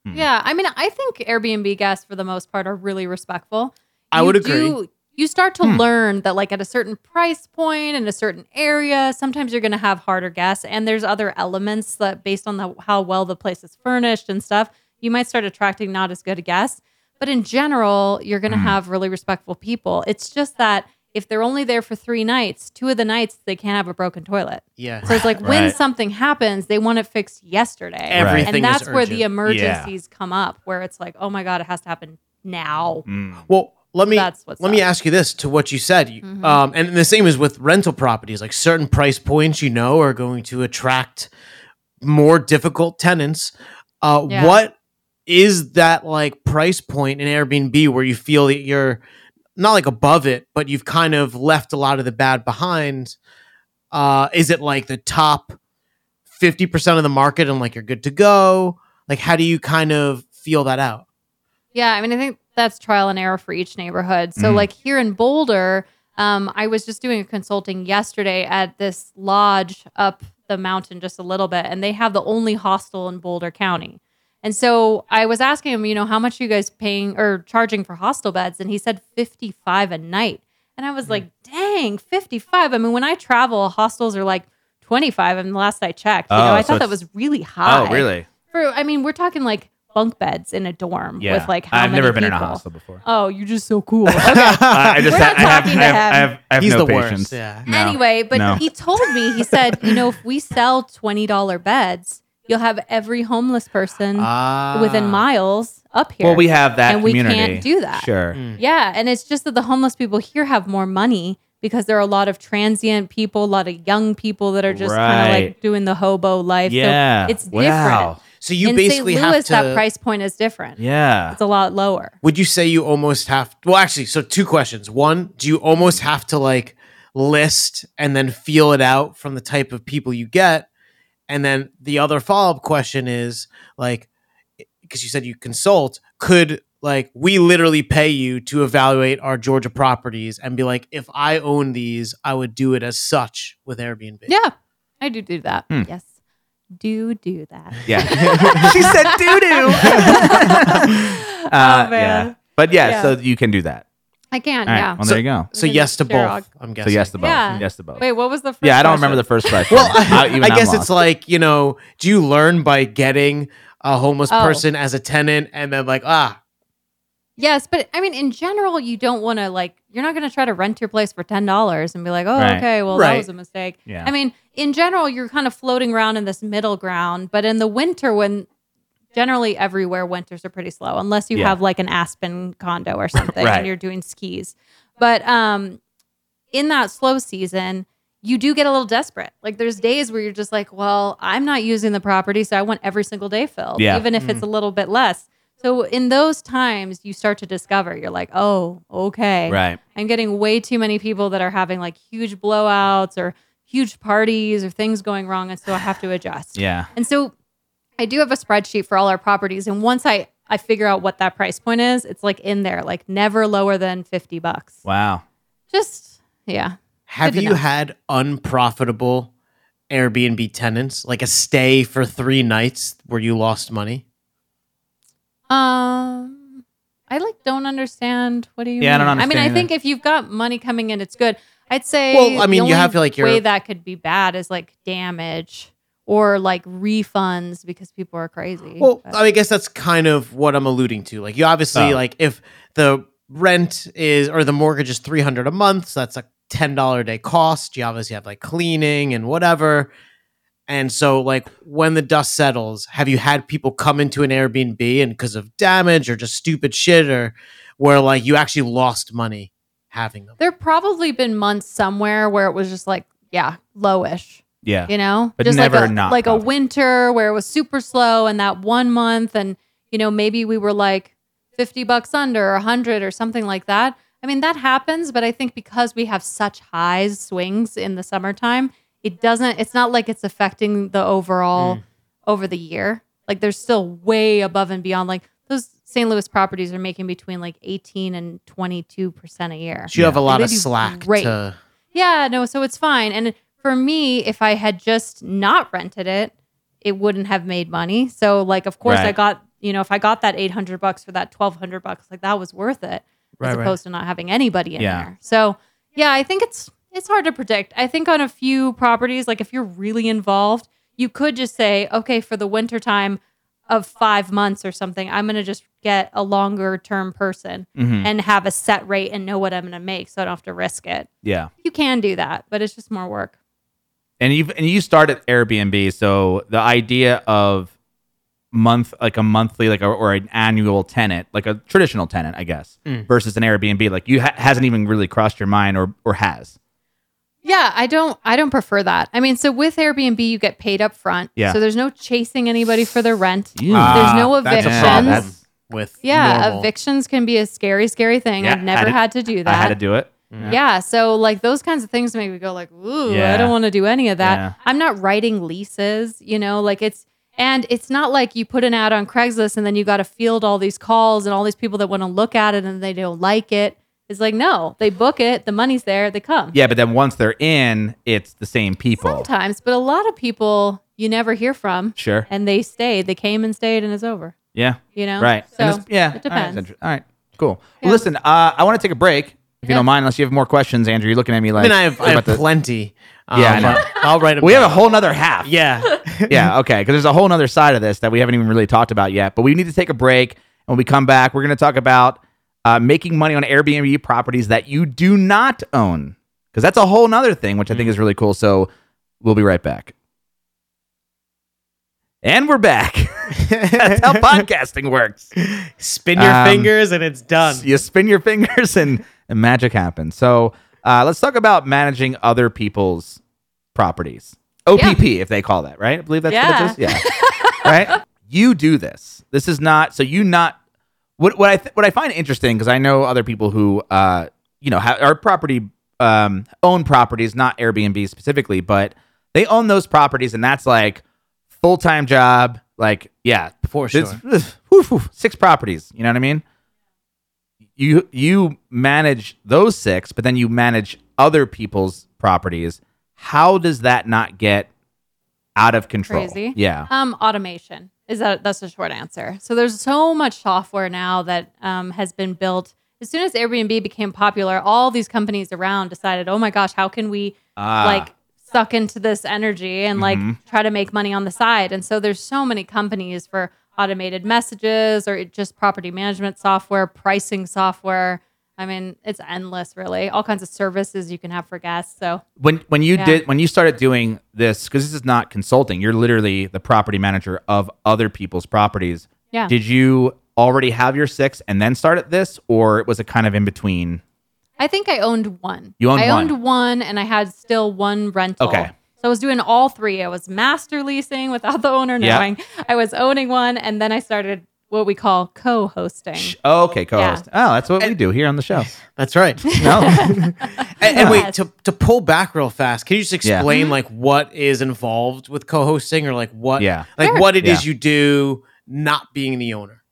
B: Hmm.
D: Yeah, I mean, I think Airbnb guests for the most part are really respectful.
C: i
D: You
C: would agree
D: do- you start to
B: Hmm.
D: learn that, like, at a certain price point in a certain area, sometimes you're going to have harder guests, and there's other elements that, based on the, how well the place is furnished and stuff, you might start attracting not as good guests. But in general, you're going to
B: Hmm.
D: have really respectful people. It's just that if they're only there for three nights, two of the nights they can't have a broken toilet.
C: yeah
D: So it's like when
B: Right.
D: something happens, they want it fixed yesterday.
B: Right.
C: everything
D: and
C: is
D: that's where the
C: urgent.
D: emergencies come up, where it's like, oh my god, it has to happen now.
B: Mm.
C: well let me
D: that's what's
C: let me
D: up.
C: ask you this to what you said You-
D: Mhm.
C: um, and the same is with rental properties like certain price points you know are going to attract more difficult tenants uh,
D: Yeah.
C: what is that like price point in airbnb where you feel that you're not like above it but you've kind of left a lot of the bad behind uh, is it like the top 50% of the market and like you're good to go like how do you kind of feel that out
D: Yeah, I mean, I think that's trial and error for each neighborhood. So,
B: Mhm.
D: like here in Boulder, um, I was just doing a consulting yesterday at this lodge up the mountain just a little bit, and they have the only hostel in Boulder County. And so I was asking him, you know, how much are you guys paying or charging for hostel beds, and he said fifty
B: Mm.
D: five a night. And I was like, dang, fifty five. I mean, when I travel, hostels are like. 25. And the last I checked, you
B: Oh,
D: know, I
B: so
D: thought that
B: it's-
D: was really high.
B: Oh, really?
D: For I mean, we're talking like bunk beds in a dorm
B: Yeah.
D: with like how
B: I've
D: many
B: never been in a
D: people?
B: hostel before.
D: Oh, you're just so cool. Okay.
B: I I just
D: We're
B: ha-
D: not
B: I have, I
D: talking to
B: have,
D: him.
B: I have, I have
C: He's
B: no
C: the worst,
B: patience.
C: yeah.
B: No.
D: Anyway, but
B: No.
D: he told me, he said, you know, if we sell $20 beds, you'll have every homeless person
C: Ah.
D: Mm-hmm. within miles up here.
B: Well, we have that
D: And we
B: community.
D: can't do that. Mm.
B: Sure.
D: Yeah, and it's just that the homeless people here have more money because there are a lot of transient people, a lot of young people that are just kind of
B: Right.
D: like doing the hobo life.
B: Yeah.
D: so it's different.
B: Wow.
C: So you
D: In
C: basically
D: St.
C: have
D: Louis,
C: to.
D: that price point is different.
B: Yeah.
D: It's a lot lower.
C: would you say you almost have? Well, actually, so two questions. One, do you almost have to like list and then feel it out from the type of people you get? And then the other follow up question is like, because you said you consult, could like we literally pay you to evaluate our Georgia properties and be like, if I own these, I would do it as such with Airbnb.
D: Yeah, I do do that.
B: Hmm.
D: Yes, do do that.
B: Yeah. she said doo doo.
D: oh
B: Uh,
D: man,
B: Yeah. But yeah,
D: Yeah.
B: so you can do that.
D: I can.
B: All right.
D: Yeah.
B: Well, there you go.
C: So
D: Then
C: yes to
D: it's Sherrog.
C: both. I'm
B: So
C: guessing.
B: yes to both.
D: Yeah.
B: Yes to both.
D: Wait, what was the first?
B: yeah, I don't
D: question?
B: remember the first question.
C: Well,
B: I,
C: I guess it's like you know, do you learn by getting a homeless
D: Oh.
C: person as a tenant, and then like ah,
D: Yes, but I mean, in general, you don't want to like. You're not going to try to rent your place for ten dollars and be like, "Oh,
B: Right.
D: okay, well,
C: Right.
D: that was a mistake."
B: Yeah.
D: I mean, in general, you're kind of floating around in this middle ground. But in the winter, when generally everywhere winters are pretty slow, unless you
B: Yeah.
D: have like an Aspen condo or something,
B: Right.
D: and you're doing skis. But um, in that slow season, you do get a little desperate. Like there's days where you're just like, well, I'm not using the property, so I want every single day filled,
B: Yeah. Mm.
D: even if it's a little bit less. So in those times, you start to discover you're like, oh, okay,
B: right.
D: I'm getting way too many people that are having like huge blowouts or huge parties or things going wrong, and so I have to adjust.
B: Yeah.
D: And so I do have a spreadsheet for all our properties. And once I, I figure out what that price point is, it's like in there, like never lower than 50 bucks.
B: Wow.
D: Just, yeah.
C: have
D: Good to
C: you
D: know.
C: had unprofitable Airbnb tenants, like a stay for three nights where you lost money?
D: Um, I like don't understand. What do you
B: Yeah, I
D: mean?
B: don't
D: I mean,
B: understand
D: I think if you've got money coming in, it's good. I'd say,
C: Well, I mean,
D: the
C: you
D: only
C: have, like, your-
D: way that could be bad is like damage or like refunds because people are crazy.
C: Well,
D: But-
C: I, mean, I guess that's kind of what I'm alluding to. Like you obviously
B: Oh.
C: like if the rent is or the mortgage is 300 a month, so that's a $10 a day cost. You obviously have like cleaning and whatever. And so like when the dust settles, have you had people come into an Airbnb and because of damage or just stupid shit or where like you actually lost money having them?
D: there probably been months somewhere where it was just like, yeah, lowish.
B: Yeah.
D: you know
B: But
D: just
B: never
D: like a,
B: not
D: like a
B: profitable.
D: winter where it was super slow and that one month and you know maybe we were like 50 bucks under or 100 or something like that i mean that happens but i think because we have such highs swings in the summertime it doesn't it's not like it's affecting the overall
B: Mm.
D: over the year like they're still way above and beyond like those st louis properties are making between like 18 and 22 percent a year
C: So you have a lot
D: They
C: of
D: do
C: slack
D: great.
C: to
D: yeah, no, so it's fine. And for me, if I had just not rented it, it wouldn't have made money. So like of course I
B: Right.
D: got, you know, if I got that 800 bucks for that 1200 bucks, like that was worth it
C: Right,
D: as
C: right.
D: opposed to not having anybody in
B: Yeah.
D: there. So, yeah, I think it's it's hard to predict. I think on a few properties like if you're really involved, you could just say, "Okay, for the winter time of 5 months or something, I'm going to just get a longer term person
B: Mhm.
D: and have a set rate and know what I'm going to make so I don't have to risk it."
B: Yeah.
D: you can do that, but it's just more work.
B: And you and you start at Airbnb, so the idea of month like a monthly like a, or an annual tenant, like a traditional tenant, I guess,
C: Hmm.
B: versus an Airbnb, like you ha- hasn't even really crossed your mind or or has.
D: Yeah, I don't I don't prefer that. I mean, so with Airbnb you get paid up front.
B: Yeah.
D: So there's no chasing anybody for their rent.
B: Ew.
D: there's no
B: Ah, that's a
D: evictions.
B: problem. That's-
C: with
D: yeah,
C: normal.
D: evictions can be a scary, scary thing.
B: Yeah,
D: I've never
B: I did-
D: had to do that.
B: I had to do it.
D: yeah. So like those kinds of things make me go like, ooh,
B: Yeah.
D: I don't want to do any of that.
B: Yeah.
D: I'm not writing leases, you know, like it's and it's not like you put an ad on Craigslist and then you got to field all these calls and all these people that want to look at it and they don't like it. It's like no, they book it, the money's there, they come.
B: Yeah, but then once they're in, it's the same people.
D: Sometimes, but a lot of people you never hear from,
B: Sure.
D: and they stayed. They came and stayed, and it's over.
B: Yeah.
D: You know,
B: Right.
D: So
B: And it's- yeah.
D: it
B: All right,
D: depends.
B: it's inter- All right. Cool.
D: Yeah.
B: Well, listen, uh, I want to take a break. If you don't mind, unless you have more questions, Andrew, you're looking at me like
C: I mean, I have,
B: what
C: I have
B: about the-
C: plenty. Um,
B: Yeah, I know.
C: but I'll write. 'em
B: we have a
C: down.
B: whole nother half.
C: Yeah,
B: yeah, okay. Because there's a whole other side of this that we haven't even really talked about yet. But we need to take a break. And when we come back, we're going to talk about uh, making money on Airbnb properties that you do not own. Because that's a whole other thing, which I think is really cool. So we'll be right back. And we're back. that's how podcasting works.
C: spin your
B: Um,
C: fingers and it's done.
B: You spin your fingers and, and magic happens. So uh, let's talk about managing other people's properties. OPP, if they call that, right? I believe that's what it is. Yeah. right? You do this. This is not so you not what what I th- what I find interesting because I know other people who uh you know ha- are property um own properties, not Airbnb specifically, but they own those properties and that's like full time job. Like yeah,
C: For
B: it's-
C: sure.
B: ugh, whew, whew, six properties. You know what I mean? You you manage those six, but then you manage other people's properties. How does that not get out of control?
D: Crazy.
B: Yeah.
D: Um, automation is that that's the short answer. So there's so much software now that um, has been built. As soon as Airbnb became popular, all these companies around decided, oh my gosh, how can we
B: Ah. Mm-hmm.
D: like suck into this energy and like try to make money on the side? And so there's so many companies for automated messages or it- just property management software, pricing software. I mean, it's endless, really. All kinds of services you can have for guests. So
B: when when you
D: Yeah.
B: did when you started doing this because this is not consulting you're literally the property manager of other people's properties
D: Yeah.
B: did you already have your six and then start at this or it was a kind of in between
D: I think I owned one.
B: You owned
D: I
B: one.
D: owned one, and I had still one rental.
B: Okay.
D: So I was doing all three. I was master leasing without the owner
B: Yeah.
D: knowing. I was owning one, and then I started what we call co-hosting.
B: oh, okay co-host oh that's what we do here on the show
C: That's right.
B: no
C: And, and wait,
D: Yes.
C: to, to pull back real fast, can you just
B: Yeah.
C: explain like what is involved with co-hosting or like what
B: Yeah.
C: like
D: Sure.
C: what it is
B: Yeah.
C: you do not being the owner?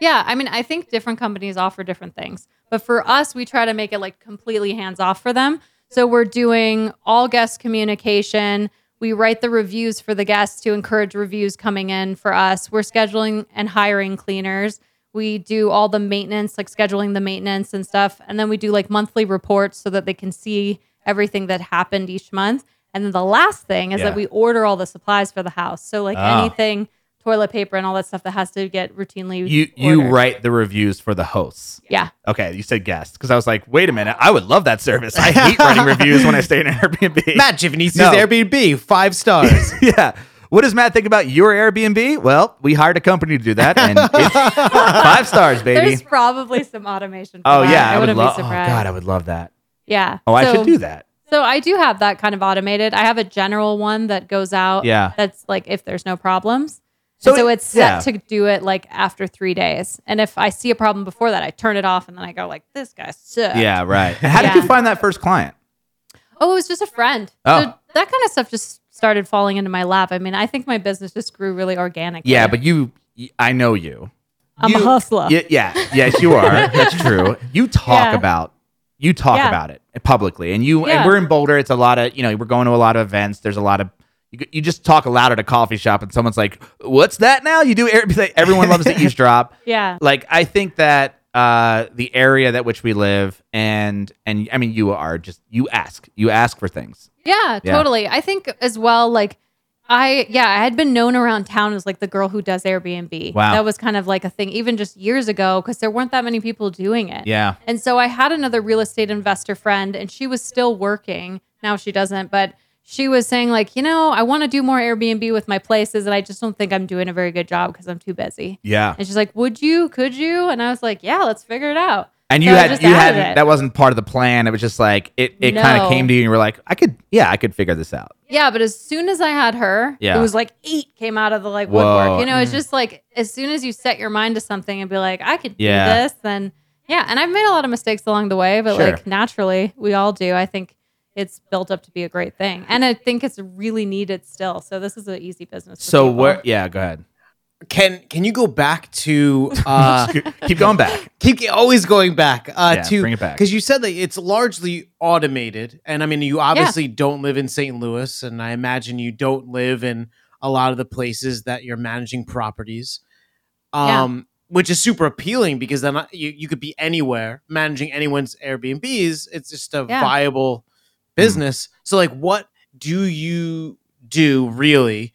D: Yeah, I mean, I think different companies offer different things, but for us, we try to make it like completely hands off for them. So we're doing all guest communication. We write the reviews for the guests to encourage reviews coming in for us. We're scheduling and hiring cleaners. We do all the maintenance, like scheduling the maintenance and stuff. And then we do like monthly reports so that they can see everything that happened each month. And then the last thing is
B: Yeah.
D: that we order all the supplies for the house. So, like
B: Ah.
D: anything, toilet paper, and all that stuff that has to get routinely
B: you you
D: ordered.
B: write the reviews for the hosts
D: Yeah.
B: okay you said guests because i was like wait a minute i would love that service i hate writing reviews when i stay in an airbnb
C: Matt Giovanni's
B: No.
C: Airbnb, five stars.
B: yeah. What does Matt think about your Airbnb? Well, we hired a company to do that, and it's five stars, baby.
D: There's probably some automation. For
B: oh
D: that.
B: yeah,
D: I, wouldn't
B: love.
D: be
B: Oh
D: surprised.
B: god, I would love that.
D: yeah.
B: Oh, I
D: So-
B: should do that.
D: So I do have that kind of automated. I have a general one that goes out.
B: Yeah.
D: That's like if there's no problems.
B: So
D: So, so
B: it-
D: it's set
B: yeah.
D: to do it like after three days, and if I see a problem before that, I turn it off, and then I go like, "This guy sucks."
B: Yeah, right. And How did you
D: uh, Yeah.
B: find that first client?
D: Oh, it was just a friend.
B: Oh.
D: So that kind of stuff just started falling into my lap. I mean, I think my business just grew really organically.
B: Yeah, but you, y- I know you.
D: I'm a
B: you-
D: hustler.
B: Y- yeah, yes, you are. That's true. You talk
D: Yeah.
B: about you talk
D: Yeah.
B: about it publicly, and you
D: Yeah.
B: and we're in Boulder. It's a lot of you know we're going to a lot of events. There's a lot of you, you just talk aloud at a coffee shop, and someone's like, "What's that now?" You do Airbnb. Everyone loves to eavesdrop.
D: yeah.
B: like I think that uh the area that which we live and and I mean you are just you ask you ask for things
D: Yeah,
B: Yeah.
D: totally. I think as well, like I yeah, I had been known around town as like the girl who does Airbnb.
B: Wow.
D: That was kind of like a thing even just years ago because there weren't that many people doing it.
B: yeah
D: And so I had another real estate investor friend, and she was still working. Now she doesn't, but she was saying, like, you know, I want to do more Airbnb with my places, and I just don't think I'm doing a very good job because I'm too busy.
B: yeah
D: And she's like, would you? Could you? And I was like, yeah, let's figure it out.
B: and you
D: So I
B: had
D: just
B: you had
D: added it.
B: that wasn't part of the plan it was just like it it kind
D: No.
B: of came to you and you were like I could yeah I could figure this out
D: Yeah, but as soon as I had her,
B: Yeah.
D: it was like eight came out of the like
B: Whoa. Mm.
D: woodwork. You know, it's just like as soon as you set your mind to something and be like, I could
B: Yeah.
D: do this, then yeah. And I've made a lot of mistakes along the way, but
B: Sure.
D: like naturally, we all do. I think it's built up to be a great thing, and I think it's really needed still. So this is an easy business. for
B: so
D: people.
B: where yeah go ahead
C: can can you go back to uh
B: keep going back
C: keep g- always going back uh
B: Yeah,
C: to
B: bring it back.
C: because you said that it's largely automated and i mean you obviously don't live in st louis and i imagine you don't live in a lot of the places that you're managing properties
D: Yeah.
C: um which is super appealing because then I, you, you could be anywhere managing anyone's Airbnbs. It's just a
D: Yeah.
C: viable business. So, like, what do you do really?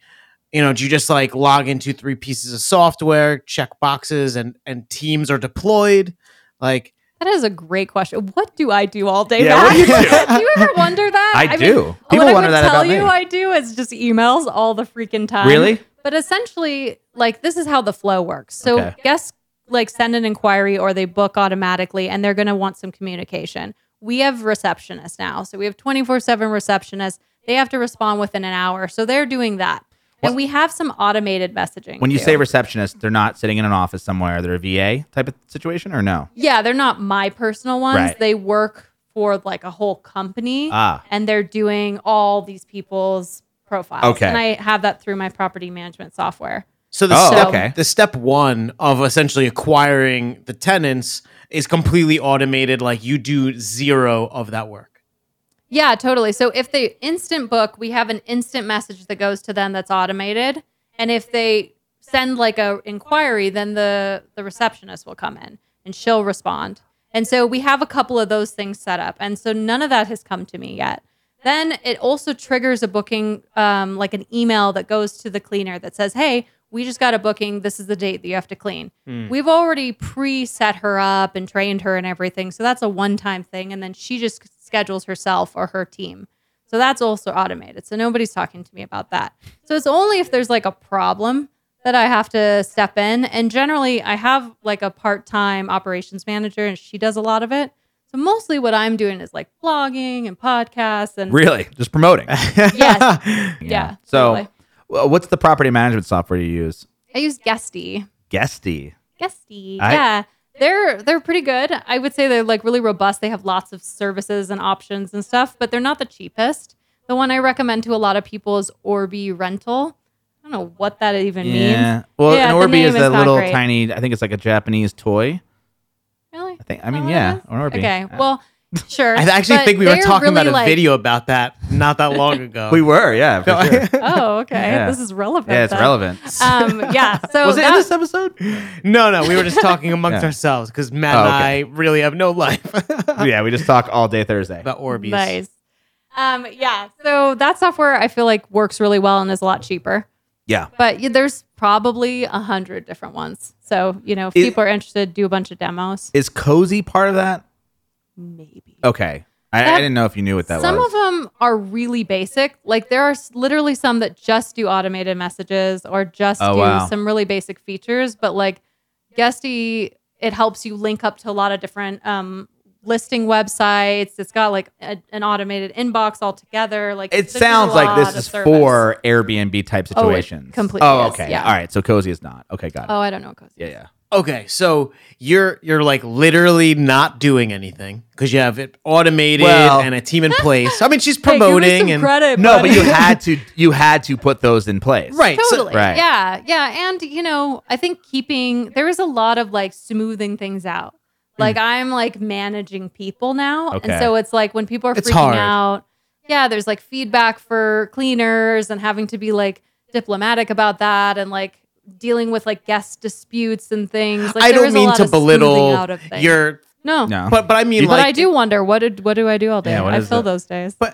C: You know, do you just like log into three pieces of software, check boxes, and and teams are deployed? Like,
D: That is a great question. What do I do all day?
B: Yeah,
D: long?
B: what do you
D: do? you ever wonder that?
B: I
D: mean,
B: do. People
D: what
B: wonder
D: I would
B: that
D: tell
B: about
D: you
B: me.
D: I do is just emails all the freaking time.
B: Really?
D: But essentially, like this is how the flow works. So
B: Okay.
D: guests like send an inquiry or they book automatically, and they're going to want some communication. We have receptionists now, so we have twenty four seven receptionists. They have to respond within an hour, so they're doing that. And we have some automated messaging.
B: When you
D: too.
B: say receptionist, they're not sitting in an office somewhere. They're a VA type of situation, or no?
D: Yeah, they're not my personal ones.
B: Right.
D: They work for like a whole company
B: Ah.
D: and they're doing all these people's profiles.
B: Okay.
D: And I have that through my property management software.
C: So the
B: Oh,
C: step,
B: okay.
C: the step one of essentially acquiring the tenants is completely automated. Like you do zero of that work.
D: Yeah, totally. So if they instant book, we have an instant message that goes to them that's automated. And if they send like a inquiry, then the the receptionist will come in and she'll respond. And so we have a couple of those things set up. And so none of that has come to me yet. Then it also triggers a booking, um, like an email that goes to the cleaner that says, "Hey, we just got a booking. This is the date that you have to clean." We've already pre-set her up and trained her and everything, so that's a one-time thing, and then she just schedules herself or her team. So that's also automated. So nobody's talking to me about that. So it's only if there's like a problem that I have to step in. And generally, I have like a part time operations manager and she does a lot of it. So mostly what I'm doing is like blogging and podcasts and
B: Really? Just promoting.
D: yes, yeah,
B: So,
D: totally.
B: wh- what's the property management software you use?
D: I use Guesty.
B: Guesty.
D: Guesty.
B: I-
D: yeah. They're they're pretty good. I would say they're like really robust. They have lots of services and options and stuff, but they're not the cheapest. The one I recommend to a lot of people is Orbi Rental. I don't know what that even means.
B: Well,
D: Yeah,
B: an
D: the
B: Orbi
D: name
B: is
D: is
B: a
D: not
B: little
D: great.
B: tiny. I think it's like a Japanese toy.
D: Really?
B: I think. I mean,
D: Oh,
B: yeah,
D: is?
B: an Orbi.
D: Okay.
B: Uh,
D: Well, sure.
C: I actually
D: but
C: think we were
D: they're
C: talking about
D: really
C: a
D: like-
C: video about that not that long ago.
B: we were. Yeah, for sure.
D: Oh, okay.
B: Yeah.
D: This is relevant.
B: yeah, it's
D: then.
B: relevant.
D: Um, yeah. So
B: was it in
D: that-
B: this episode?
D: uh,
C: no, no, we were just talking amongst
B: Yeah.
C: ourselves because Matt
B: Oh, okay.
C: and I really have no life
B: yeah, we just talk all day Thursday.
C: about Orbeez.
D: nice. Um, yeah. So that software I feel like works really well and is a lot cheaper.
B: Yeah.
D: But y- there's probably a hundred different ones. So you know, if
B: Is-
D: people are interested, do a bunch of demos.
B: Is cozy part of that?
D: Maybe.
B: Okay. I, I
D: That-
B: didn't know if you knew what that
D: some
B: was.
D: of them are really basic. Like there are s- literally some that just do automated messages or just
B: Oh,
D: do
B: wow.
D: some really basic features. But like Guesty, it helps you link up to a lot of different um, listing websites. It's got like a, an automated inbox altogether. Like
B: it
D: there's a
B: sounds like
D: lot
B: this
D: of
B: is
D: service.
B: for Airbnb type
D: Oh, it
B: situations.
D: completely
B: Oh,
D: is,
B: okay.
D: yeah.
B: All right. So cozy is not. Okay, got it.
D: Oh, I don't know. What goes
B: Yeah, yeah.
C: Okay, so you're you're like literally not doing anything because you have it automated
B: Well-
C: and a team in place. I mean, she's
D: Hey, give me
C: promoting
D: some
C: and
D: credit,
B: No, but
D: buddy.
B: you had to you had to put those in place.
C: right, so-
D: totally
B: Right.
D: yeah yeah and you know i think keeping there is a lot of like smoothing things out
C: Mm.
D: like i'm like managing people now
B: Okay.
D: and so it's like when people are
C: It's
D: freaking
C: hard.
D: out yeah there's like feedback for cleaners and having to be like diplomatic about that and like dealing with like guest disputes and things like
C: I
D: there
C: don't
D: is a
C: mean
D: lot
C: to
D: of smoothing
C: belittle
D: out of things.
C: your,
D: no
B: No.
C: but but I mean
B: You-
D: but
C: like
D: i do wonder what did what do i do all day
B: Yeah, what
D: i
B: is
D: feel
B: it?
D: those days
C: But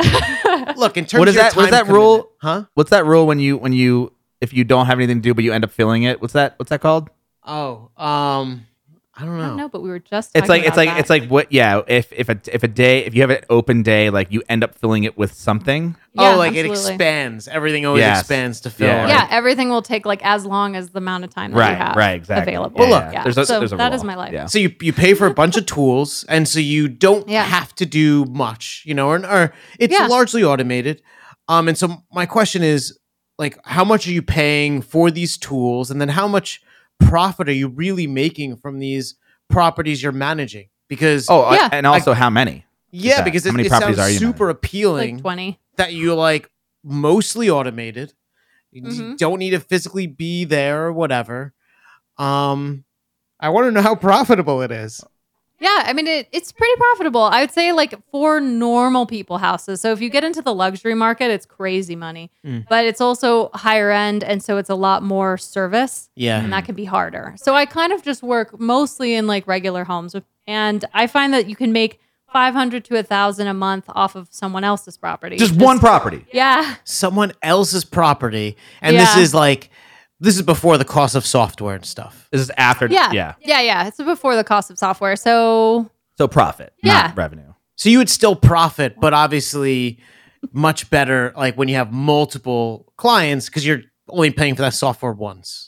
C: look in terms
B: What
C: of
B: is
C: your
B: that- what is
C: time
B: that rule?
C: commitment- Huh?
B: What's that rule when you when you if you don't have anything to do but you end up filling it? What's that? What's that called?
C: Oh, um, I don't know.
D: i don't know but we were just
B: It's
D: talking
B: like it's
D: about
B: like
D: that.
B: it's like what? Yeah. If if a if a day if you have an open day like you end up filling it with something.
D: Yeah,
C: oh, like it
D: absolutely.
C: expands. Everything always
B: Yes.
C: expands to fill.
B: Yeah.
C: right?
D: Yeah, everything will take like as long as the amount of time that
B: Right.
D: you have
B: Right. Exactly.
D: available.
B: Yeah,
C: Well, look,
B: yeah.
D: yeah.
B: There's a,
D: so
B: there's a
D: that
B: rule.
D: is my life.
B: Yeah.
C: So you, you pay for a bunch of tools, and so you don't
D: Yeah.
C: have to do much, you know, or, or it's
D: Yeah.
C: largely automated. Um, and so my question is, like, how much are you paying for these tools, and then how much profit are you really making from these properties you're managing? Because
B: Oh, I-
D: Yeah.
B: and also how many?
C: yeah,
B: that-
C: because
B: how
C: it,
B: many
C: it
B: properties
C: sounds
B: are you
C: super appealing
D: Like 20.
C: that you like mostly automated. You
D: Mhm.
C: don't need to physically be there or whatever. Um, I want to know how profitable it is.
D: Yeah, I mean it, it's pretty profitable. I would say like for normal people houses. So if you get into the luxury market, it's crazy money.
C: Mm.
D: But it's also higher end and so it's a lot more service
C: Yeah.
D: and that can be harder. So I kind of just work mostly in like regular homes with- and I find that you can make 500 to 1000 a month off of someone else's property.
B: Just one property.
D: Yeah.
C: someone else's property and this
D: Yeah.
C: is like this is before the cost of software and stuff
B: This is after.
D: Yeah.
B: Yeah.
D: Yeah, yeah. It's before the cost of software. So
B: So profit,
D: Yeah.
B: not revenue.
C: so you would still profit but obviously much better like when you have multiple clients because you're only paying for that software once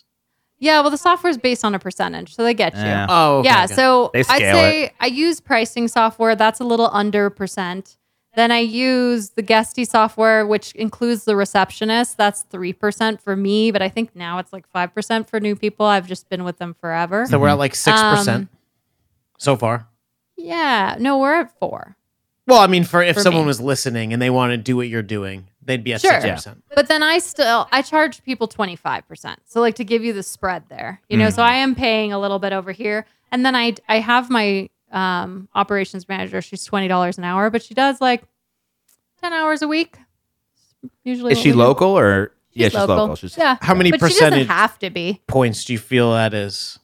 D: yeah, well the software is based on a percentage. So they get you.
B: Yeah.
C: oh okay,
D: yeah
C: okay.
D: so
B: They
D: i'd
B: scale
D: say i use pricing software that's a little under percent then i use the guesty software which includes the receptionist that's 3% for me but i think now it's like 5% for new people i've just been with them forever
C: so we're at like 6%
D: Um,
C: so far
D: yeah no we're at four
C: well i mean for if
D: for
C: someone
D: me.
C: was listening and they want to do what you're doing they'd be at
D: Sure.
C: 6%
D: but then i still i charge people 25% so like to give you the spread there you know
C: Mm.
D: so i am paying a little bit over here and then i i have my um, operations manager she's $20 an hour but she does like 10 hours a week usually
B: Is
D: what
B: she
D: we do.
B: local or? yeah, she's
D: local.
B: local. She's
D: Yeah.
C: how many
D: but she
C: percentage
D: doesn't have to be
C: points do you feel that is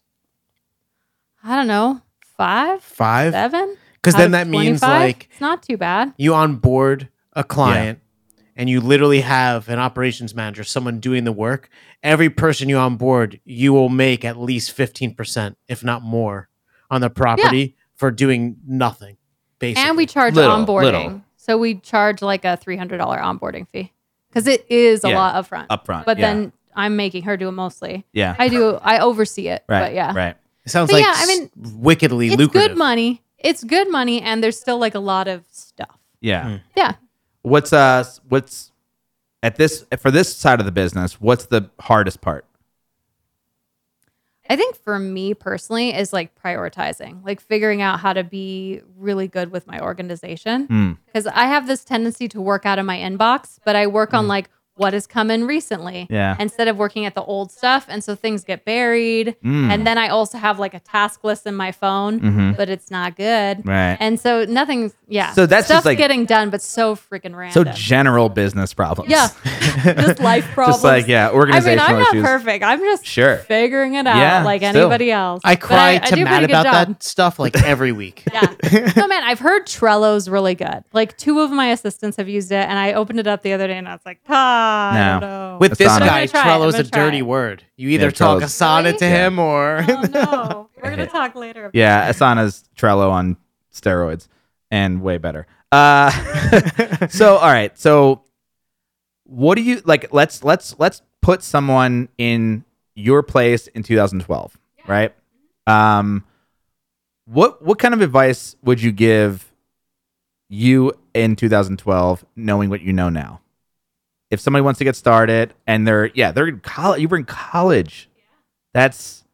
D: i don't know five
C: five
D: seven
C: because
D: out
C: then
D: of
C: that means
D: 25?
C: like
D: it's not too bad
C: you onboard a client and you literally have an operations manager, someone doing the work, every person you onboard, you will make at least 15%, if not more, on the property for doing nothing. Basically.
D: and we charge
B: Little,
D: onboarding
B: little.
D: so we charge like a $300 onboarding fee because it is a
B: Yeah.
D: lot upfront
B: upfront.
D: but
B: yeah.
D: then i'm making her do it mostly
B: yeah,
D: I do. I oversee it.
B: right,
D: But yeah,
B: right.
C: it sounds
D: but
C: like
D: yeah, I
C: s-
D: mean,
C: wickedly
D: it's
C: lucrative.
D: good money. It's good money, and there's still like a lot of stuff.
B: Yeah.
C: Hmm.
D: Yeah.
B: What's uh what's at this for this side of the business, what's the hardest part?
D: I think for me personally is like prioritizing, like figuring out how to be really good with my organization
B: Hmm.
D: because I have this tendency to work out of my inbox, but I work on like what has come in recently
B: Hmm. Yeah.
D: instead of working at the old stuff, and so things get buried.
B: Mm.
D: And then I also have like a task list in my phone,
B: Mhm.
D: but it's not good.
B: Right.
D: And so nothing's yeah.
B: So that's just,
D: stuff's
B: like-
D: getting done, but so freaking
B: so
D: random.
B: general business problems.
D: yeah, just life problems.
B: Just like yeah,
D: I mean,
B: organizational
D: I'm not
B: issues.
D: perfect. I'm just
B: Sure.
D: figuring it out
B: Yeah,
D: like
B: still.
D: anybody else.
C: I
D: But
C: cry
D: I
C: to
D: do a
C: Matt
D: pretty good
C: about
D: job.
C: that stuff like every week.
D: Yeah. No man, I've heard Trello's really good. Like two of my assistants have used it, and I opened it up the other day, and I was like, ah, I don't
B: No.
D: know.
C: With
B: That's
C: this
B: honest.
C: guy,
D: I'm gonna try it. I'm
C: Trello is a
D: gonna try
C: dirty
D: it.
C: word. You either
B: Yeah,
C: talk
B: Trello's-
C: Asana
D: Really?
C: to
B: Yeah.
C: him or
D: oh no, we're gonna talk later. About
B: Yeah, Asana's Trello on steroids and way better. Uh, so all right, so what do you like? Let's let's let's put someone in your place in 2012, right? Um, what what kind of advice would you give you in 2012, knowing what you know now? If somebody wants to get started and they're yeah they're in college, you were in college. That's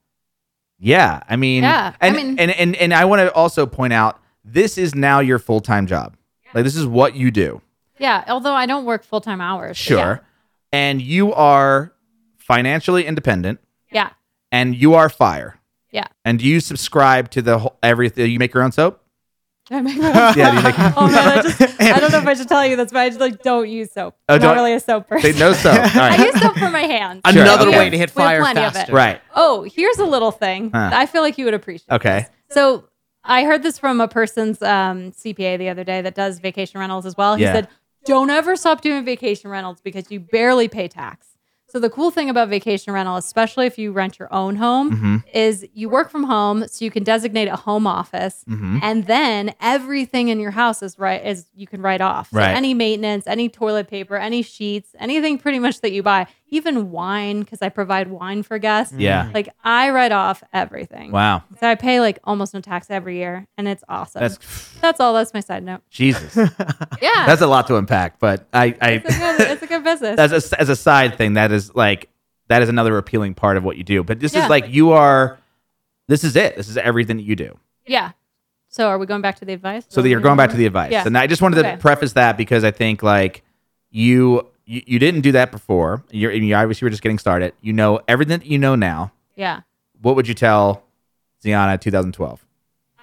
B: yeah. I mean,
D: Yeah, I
B: and,
D: mean-
B: and and and I want to also point out this is now your full time job. Like this is what you do.
D: Yeah, although I don't work full time hours. but
B: Sure.
D: yeah.
B: And you are financially independent
D: Yeah.
B: and you are fire.
D: Yeah.
B: And you subscribe to the whole everything. You make your own soap?
D: Did I make that?
B: Yeah, do you make-
D: oh man, I just I don't know if I should tell you this, but I just like don't use soap.
B: Oh,
D: I'm
B: don't-
D: not really a soap person.
B: They, no soap. All
D: I
B: right.
D: use soap for my hands.
B: Sure,
C: another
B: okay.
C: way to hit
D: We have
C: fire
D: plenty of it.
C: faster.
B: right.
D: Oh, here's a little thing.
B: Huh.
D: I feel like you would appreciate.
B: Okay.
D: this. So I heard this from a person's um, CPA the other day that does vacation rentals as well. He
B: Yeah.
D: said, "Don't ever stop doing vacation rentals because you barely pay tax." So the cool thing about vacation rental, especially if you rent your own home,
B: Mhm.
D: is you work from home, so you can designate a home office,
B: Mhm.
D: and then everything in your house is right is you can write off. So
B: Right.
D: any maintenance, any toilet paper, any sheets, anything pretty much that you buy, even wine because I provide wine for guests.
B: Yeah.
D: Like I write off everything.
B: Wow.
D: So I pay like almost no tax every year, and it's awesome.
B: That's
D: That's, all. That's my side note.
B: Jesus.
D: Yeah,
B: That's a lot to unpack, but I,
D: it's, a good,
B: I
D: it's a good business.
B: as a, as a side thing, that is like that is another appealing part of what you do. But this
D: Yeah.
B: is like you are this is it. This is everything that you do.
D: yeah. So are we going back to the advice?
B: so that you're going back to the advice
D: Mm-hmm. Yeah.
B: and i just wanted
D: Okay.
B: to preface that because i think like you you, you didn't do that before you're and you obviously were just getting started you know everything that you know now
D: yeah.
B: what would you tell ziana 2012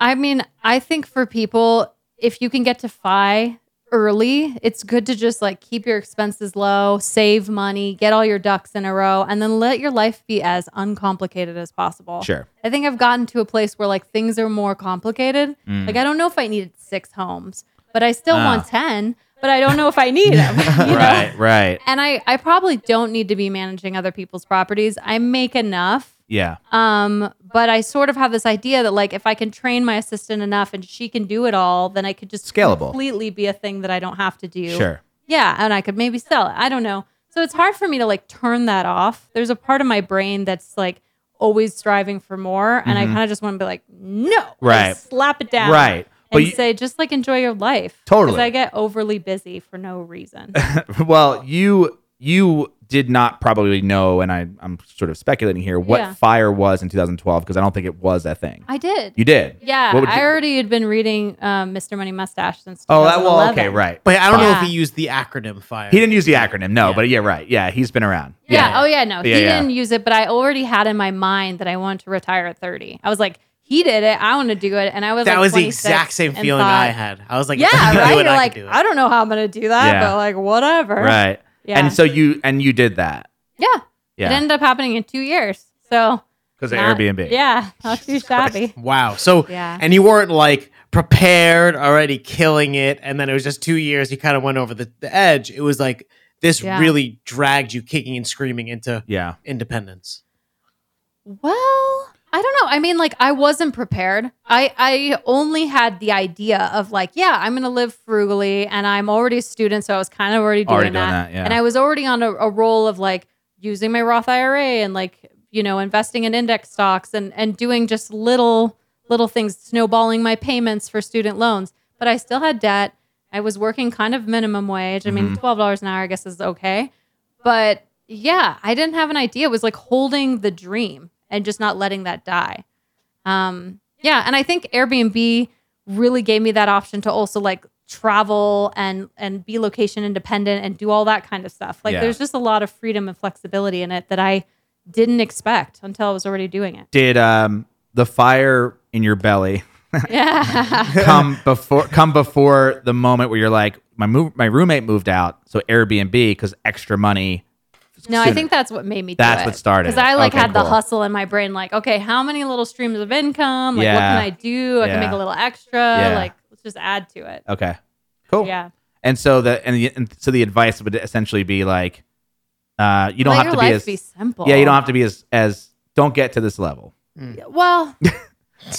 D: I mean, I think for people, if you can get to FI early, it's good to just like keep your expenses low, save money, get all your ducks in a row, and then let your life be as uncomplicated as possible.
B: Sure.
D: I think I've gotten to a place where like things are more complicated.
B: Mm.
D: Like I don't know if I needed six homes, but I still
B: Ah.
D: want 10, but I don't know if I need them. you know?
B: Right, right.
D: And I, I probably don't need to be managing other people's properties. I make enough
B: Yeah.
D: um, but I sort of have this idea that like if I can train my assistant enough and she can do it all, then I could just
B: Scalable.
D: completely be a thing that I don't have to do.
B: Sure.
D: Yeah, and I could maybe sell it. I don't know. So it's hard for me to like turn that off. There's a part of my brain that's like always striving for more, and I
B: Mhm.
D: kind of just want to be like, no,
B: Right.
D: Just slap it down,
B: Right. But
D: and
B: you-
D: say just like enjoy your life. 'Cause
B: Totally.
D: I get overly busy for no reason.
B: well, you you did not probably know, and I, I'm sort of speculating here, what
D: Yeah.
B: fire was in 2012 because I don't think it was a thing.
D: I did.
B: You did.
D: yeah,
B: What would
D: I
B: you-
D: already had been reading um, Mr. Money Mustache since.
B: Oh, that well,
D: 2011.
B: okay, right.
A: But I don't know
D: Yeah.
A: if he used the acronym fire.
B: He didn't use the acronym, no,
A: Yeah.
B: but yeah, right. Yeah, he's been around.
D: Yeah. Oh, yeah. No,
B: Yeah,
D: he
B: yeah.
D: didn't use it, but I already had in my mind that I wanted to retire at 30. I was like, he did it. I want to do it. And I was
A: that
D: like
A: was the
D: 26
A: exact same
D: and
A: feeling
D: thought,
A: I had. I was like,
D: Yeah.
A: if I can
D: right.
A: do it, I
D: You're
A: can
D: like,
A: do it.
D: I don't know how I'm going to do that,
B: Yeah.
D: but like, whatever.
B: Right.
D: Yeah.
B: And so you and you did that.
D: yeah. It
B: Yeah.
D: ended up happening in two years. So,
B: Because of
D: not-
B: Airbnb.
D: Yeah. Not too shabby.
A: Wow. So,
D: Yeah.
A: and you weren't like prepared, already killing it, and then it was just two years. You kind of went over the, the edge. It was like this
D: Yeah.
A: really dragged you kicking and screaming into
B: Yeah.
A: independence.
D: Well, I don't know. I mean, like I wasn't prepared. I I only had the idea of like, yeah, I'm going to live frugally and I'm already a student, so I was kind of already doing
B: Already doing
D: that.
B: that, yeah.
D: And I was already on a, a roll of like using my Roth IRA and like, you know, investing in index stocks and and doing just little little things snowballing my payments for student loans, but I still had debt. I was working kind of minimum wage. I mean, $12 an hour I guess is okay. But yeah, I didn't have an idea. It was like holding the dream and just not letting that die. Um, yeah, and I think Airbnb really gave me that option to also like travel and and be location independent and do all that kind of stuff. Like
B: Yeah.
D: there's just a lot of freedom and flexibility in it that I didn't expect until I was already doing it.
B: Did um the fire in your belly
D: Yeah.
B: come before come before the moment where you're like my move my roommate moved out so Airbnb because extra money.
D: No, I
B: sooner.
D: think that's what made me.
B: That's
D: do
B: what started
D: because I like
B: it. Okay,
D: had the
B: cool.
D: hustle in my brain. Like, okay, how many little streams of income? Like,
B: Yeah.
D: what can I do? I
B: Yeah.
D: can make a little extra.
B: Yeah. Oh.
D: Like, let's just add to it.
B: okay, cool.
D: Yeah,
B: And so the and, the and so the advice would essentially be like, uh, you don't
D: Let
B: have to
D: your
B: be
D: life
B: as
D: be simple.
B: yeah, you don't have to be as as don't get to this level.
D: Well,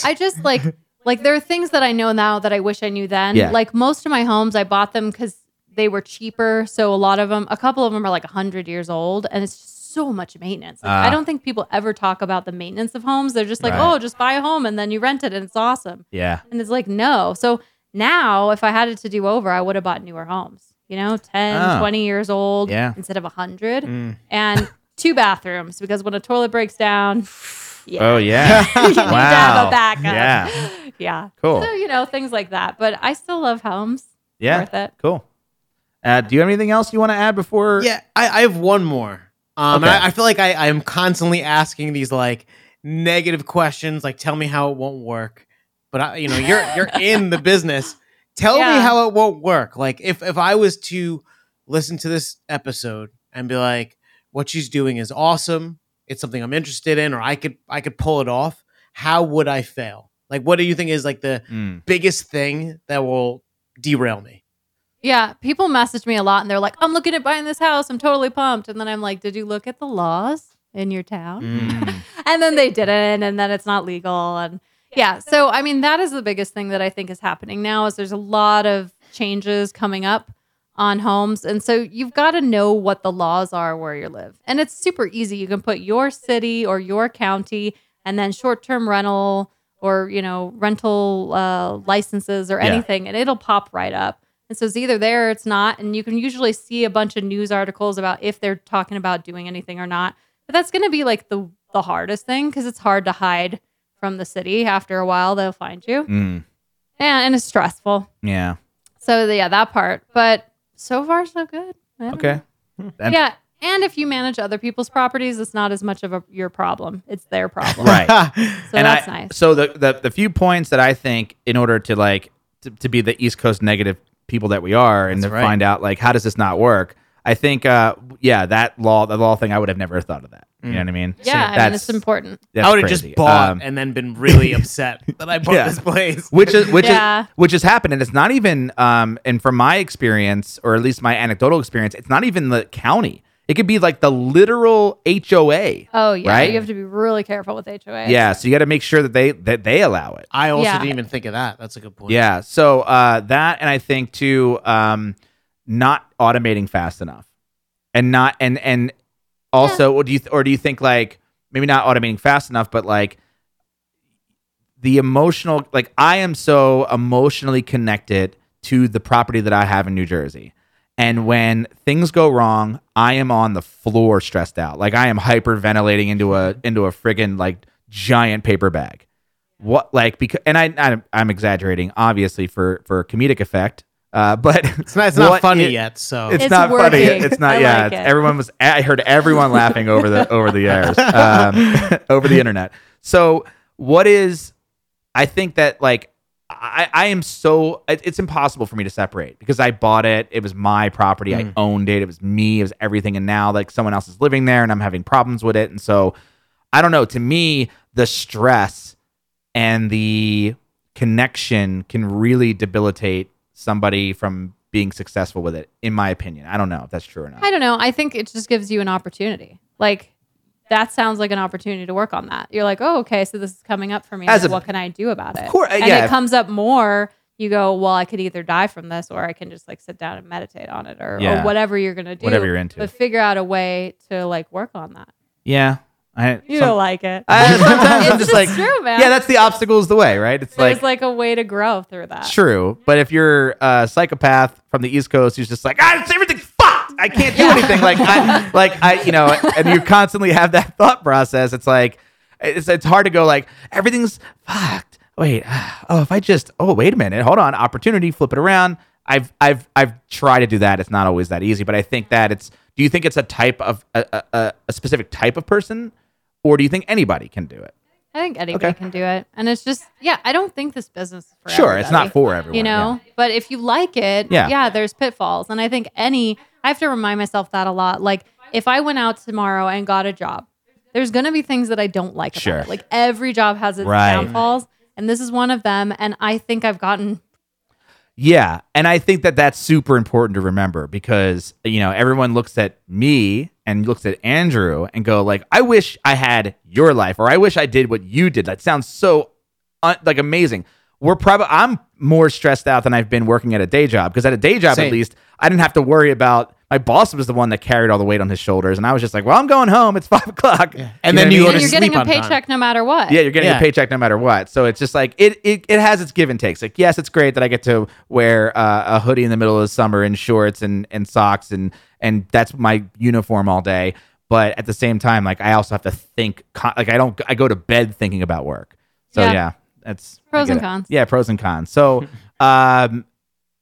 D: I just like like there are things that I know now that I wish I knew then.
B: Yeah.
D: Like most of my homes, I bought them because they were cheaper. So a lot of them, a couple of them are like hundred years old, and it's just so much maintenance. Like,
B: Ah.
D: I don't think people ever talk about the maintenance of homes. They're just like,
B: Right.
D: oh, just buy a home and then you rent it, and it's awesome.
B: Yeah,
D: And it's like, no. So now, if I had it to do over, I would have bought newer homes, you know, 10,
B: Oh.
D: 20 years old
B: Yeah.
D: instead of 100
A: Mm.
D: and two bathrooms because when a toilet breaks down, yeah.
B: Oh yeah.
D: you need to have
B: Wow.
D: a backup.
B: Yeah.
D: Yeah.
B: Oh, Cool.
D: So, you know, things like that. But I still love homes.
B: Yeah.
D: Worth it.
B: Cool. Uh, do you have anything else you want to add before?
A: Yeah, I, I have one more. Um,
B: Okay.
A: and I, I feel like I, I am constantly asking these like negative questions, like tell me how it won't work. But I, you know, you're you're in the business. Tell
D: Yeah.
A: me how it won't work. Like if if I was to listen to this episode and be like, what she's doing is awesome. It's something I'm interested in, or I could I could pull it off. How would I fail? Like, what do you think is like the
B: Mm.
A: biggest thing that will derail me?
D: Yeah. People message me a lot and they're like, I'm looking at buying this house. I'm totally pumped. And then I'm like, did you look at the laws in your town?
B: Mm.
D: and then they didn't and then it's not legal and yeah so i mean that is the biggest thing that i think is happening now is there's a lot of changes coming up on homes and so you've got to know what the laws are where you live and it's super easy you can put your city or your county and then short-term rental or you know rental uh, licenses or
B: Yeah.
D: anything and it'll pop right up and so it's either there or it's not and you can usually see a bunch of news articles about if they're talking about doing anything or not but that's going to be like the the hardest thing because it's hard to hide from the city. After a while, they'll find you,
B: Mm.
D: yeah, and it's stressful.
B: Yeah.
D: So yeah, that part. But so far, so good. I don't
B: Okay.
D: know.
B: And-
D: yeah, And if you manage other people's properties, it's not as much of a, your problem. It's their problem.
B: Right.
D: So
B: and
D: that's
B: I,
D: nice.
B: So the, the the few points that I think in order to like to, to be the East Coast negative people that we are and to
C: right.
B: find out like how does this not work? I think uh yeah, that law the law thing I would have never thought of that. You know what I mean?
D: Yeah, I mean, it's important.
B: that's
C: Mm. I would have just
B: crazy.
C: bought
B: Um,
C: and then been really upset that I bought
B: Yeah.
C: this place.
B: which is which
D: Yeah.
B: is which has happened and it's not even um and from my experience or at least my anecdotal experience it's not even the county it could be like the literal HOA
D: Oh, yeah.
B: right
D: You have to be really careful with HOA.
B: yeah so you got to make sure that they that they allow it
C: I also
D: Yeah.
C: didn't even think of that. That's a good point.
B: yeah so uh that and I think too um not automating fast enough and not and and also or do you th- or do you think like maybe not automating fast enough but like the emotional like I am so emotionally connected to the property that I have in New Jersey. And when things go wrong, I am on the floor stressed out. Like I am hyperventilating into a into a friggin' like giant paper bag. What like because and I I'm, I'm exaggerating obviously for for comedic effect. Uh but
C: It's not, it's not
B: what
C: funny
B: it-
C: yet. So
B: it's,
D: It's
B: not funny.
D: working.
B: It's not.
D: I
B: yeah,
D: like
B: it's-
D: it.
B: everyone was. I heard everyone laughing over the over the airs, um, over the internet. So what is? I think that like I I am so it- it's impossible for me to separate because I bought it. It was my property. I owned it. It was me. It was everything. And now like someone else is living there, and I'm having problems with it. And so I don't know. To me, the stress and the connection can really debilitate somebody from being successful with it in my opinion i don't know if that's true or not
D: I don't know. I think it just gives you an opportunity. Like, that sounds like an opportunity to work on that. You're like, oh, okay, so this is coming up for me.
B: As a-
D: what can I do about it?
B: course, uh,
D: and
B: yeah.
D: it comes up more. You go, well, I could either die from this or I can just like sit down and meditate on it or,
B: Yeah.
D: or whatever you're going to do.
B: Whatever you're into.
D: But figure out a way to like work on that.
B: yeah i
D: You
B: some-
D: don't like it.
B: I- sometimes
D: it's
B: i'm just like
D: true, man.
B: yeah that's the obstacle's the way right it's
D: There's
B: like,
D: like, a way to grow through that.
B: true but if you're a psychopath from the east coast who's just like ah, it's everything's fucked i can't do anything like i like i you know and you constantly have that thought process it's like it's, it's hard to go like everything's fucked wait oh if i just oh wait a minute hold on opportunity flip it around i've i've i've tried to do that it's not always that easy but i think that it's do you think it's a type of a, a- a, a specific type of person or do you think anybody can do it
D: I think anybody
B: Okay.
D: can do it. And it's just, yeah, I don't think this business is for
B: sure it's
D: everybody.
B: not for everyone
D: you
B: yeah.
D: know but if you like it
B: Yeah.
D: yeah. there's pitfalls and i think any i have to remind myself that a lot like if i went out tomorrow and got a job there's going to be things that i don't like about
B: Sure.
D: it. like every job has its
B: Right.
D: downfalls and this is one of them and i think i've gotten
B: Yeah, and I think that that's super important to remember because you know everyone looks at me and looks at Andrew and go like, "I wish I had your life," or "I wish I did what you did." That sounds so un- like amazing. We're probably I'm more stressed out than I've been working at a day job because at a day job at
C: Same.
B: least I didn't have to worry about my boss was the one that carried all the weight on his shoulders, and I was just like, "Well, I'm going home. It's five o'clock."
C: And
B: know
C: then
B: what I
C: you
B: mean?
C: go
D: and
C: to
D: you're getting
C: sleep
D: a
C: on time.
D: paycheck no matter what
B: Yeah, you're getting
C: Yeah.
B: a paycheck no matter what. So it's just like it, it it has its give and takes. Like yes, it's great that I get to wear uh, a hoodie in the middle of the summer and shorts and and socks and and that's my uniform all day. But at the same time, like I also have to think. co- Like I don't I go to bed thinking about work. So yeah,
D: Yeah.
B: that's I
D: Pros
B: get
D: and
B: it.
D: cons.
B: Yeah, pros and cons. So um,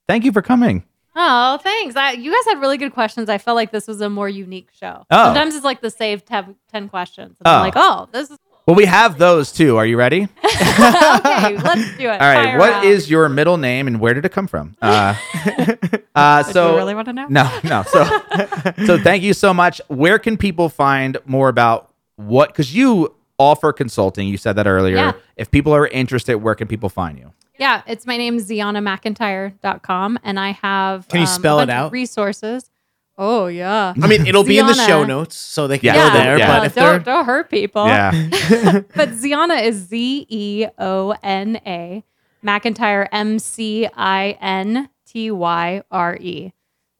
B: thank you for coming.
D: oh thanks I, you guys had really good questions i felt like this was a more unique show
B: Oh.
D: sometimes it's like the save 10, 10 questions and
B: Oh.
D: i'm like oh this is
B: Well, we have those too. Are you ready?
D: okay let's do it
B: All right.
D: Fire
B: What is
D: round.
B: your middle name and where did it come from? Uh, uh,
D: Did you
B: so
D: really want to know
B: No, no. So, so thank you so much. Where can people find more about what? Because you offer consulting. You said that earlier.
D: Yeah.
B: If people are interested, where can people find you?
D: Yeah, it's my name, ziannamcintyre.com, and I have um,
C: Can you
D: a
C: spell it
D: bunch of
C: out?
D: Resources. Oh yeah.
C: I mean, it'll be in the show
D: Ziana.
C: notes, so they
B: Yeah.
C: can
B: Yeah,
C: go there.
B: yeah.
C: But if
D: don't,
C: they're
D: don't hurt people.
B: Yeah.
D: But Ziana is Z E O N A. McIntyre M C I N T Y R E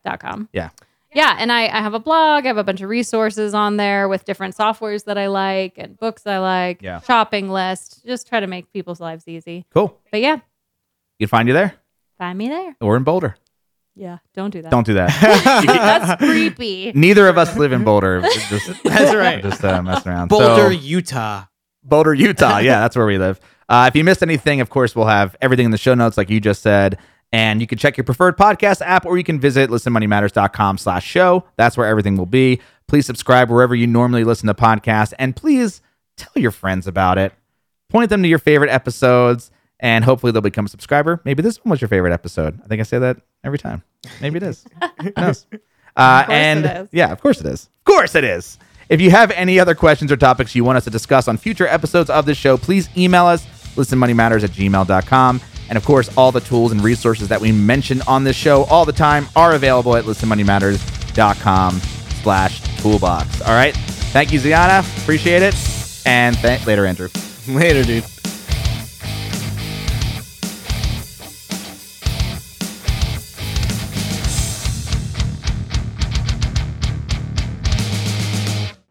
D: dot com.
B: Yeah.
D: Yeah, and I, I have a blog, I have a bunch of resources on there with different softwares that I like and books I like,
B: Yeah.
D: shopping list. Just try to make people's lives easy.
B: Cool.
D: But yeah,
B: You can find you there
D: find me there.
B: or in Boulder.
D: Yeah, don't do that.
B: Don't do that.
D: That's creepy.
B: Neither of us live in Boulder. Just,
C: That's right.
B: Just uh, messing around. So-
C: Boulder, Utah.
B: Boulder, Utah. Yeah, that's where we live. Uh, if you missed anything, of course, we'll have everything in the show notes, like you just said. And you can check your preferred podcast app, or you can visit listenmoneymatters.com slash show. That's where everything will be. Please subscribe wherever you normally listen to podcasts, and please tell your friends about it. Point them to your favorite episodes, and hopefully they'll become a subscriber. Maybe this one was your favorite episode. I think I say that every time. Maybe it is. Who knows? Uh,
D: course it
B: and
D: is.
B: yeah, of course it is. Of course it is. If you have any other questions or topics you want us to discuss on future episodes of this show, please email us, listenmoneymatters at gmail.com. And of course, all the tools and resources that we mention on this show all the time are available at listenmoneymatters.com slash toolbox. All right. Thank you, Ziana. Appreciate it. And th- later, Andrew.
C: Later, dude.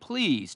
E: please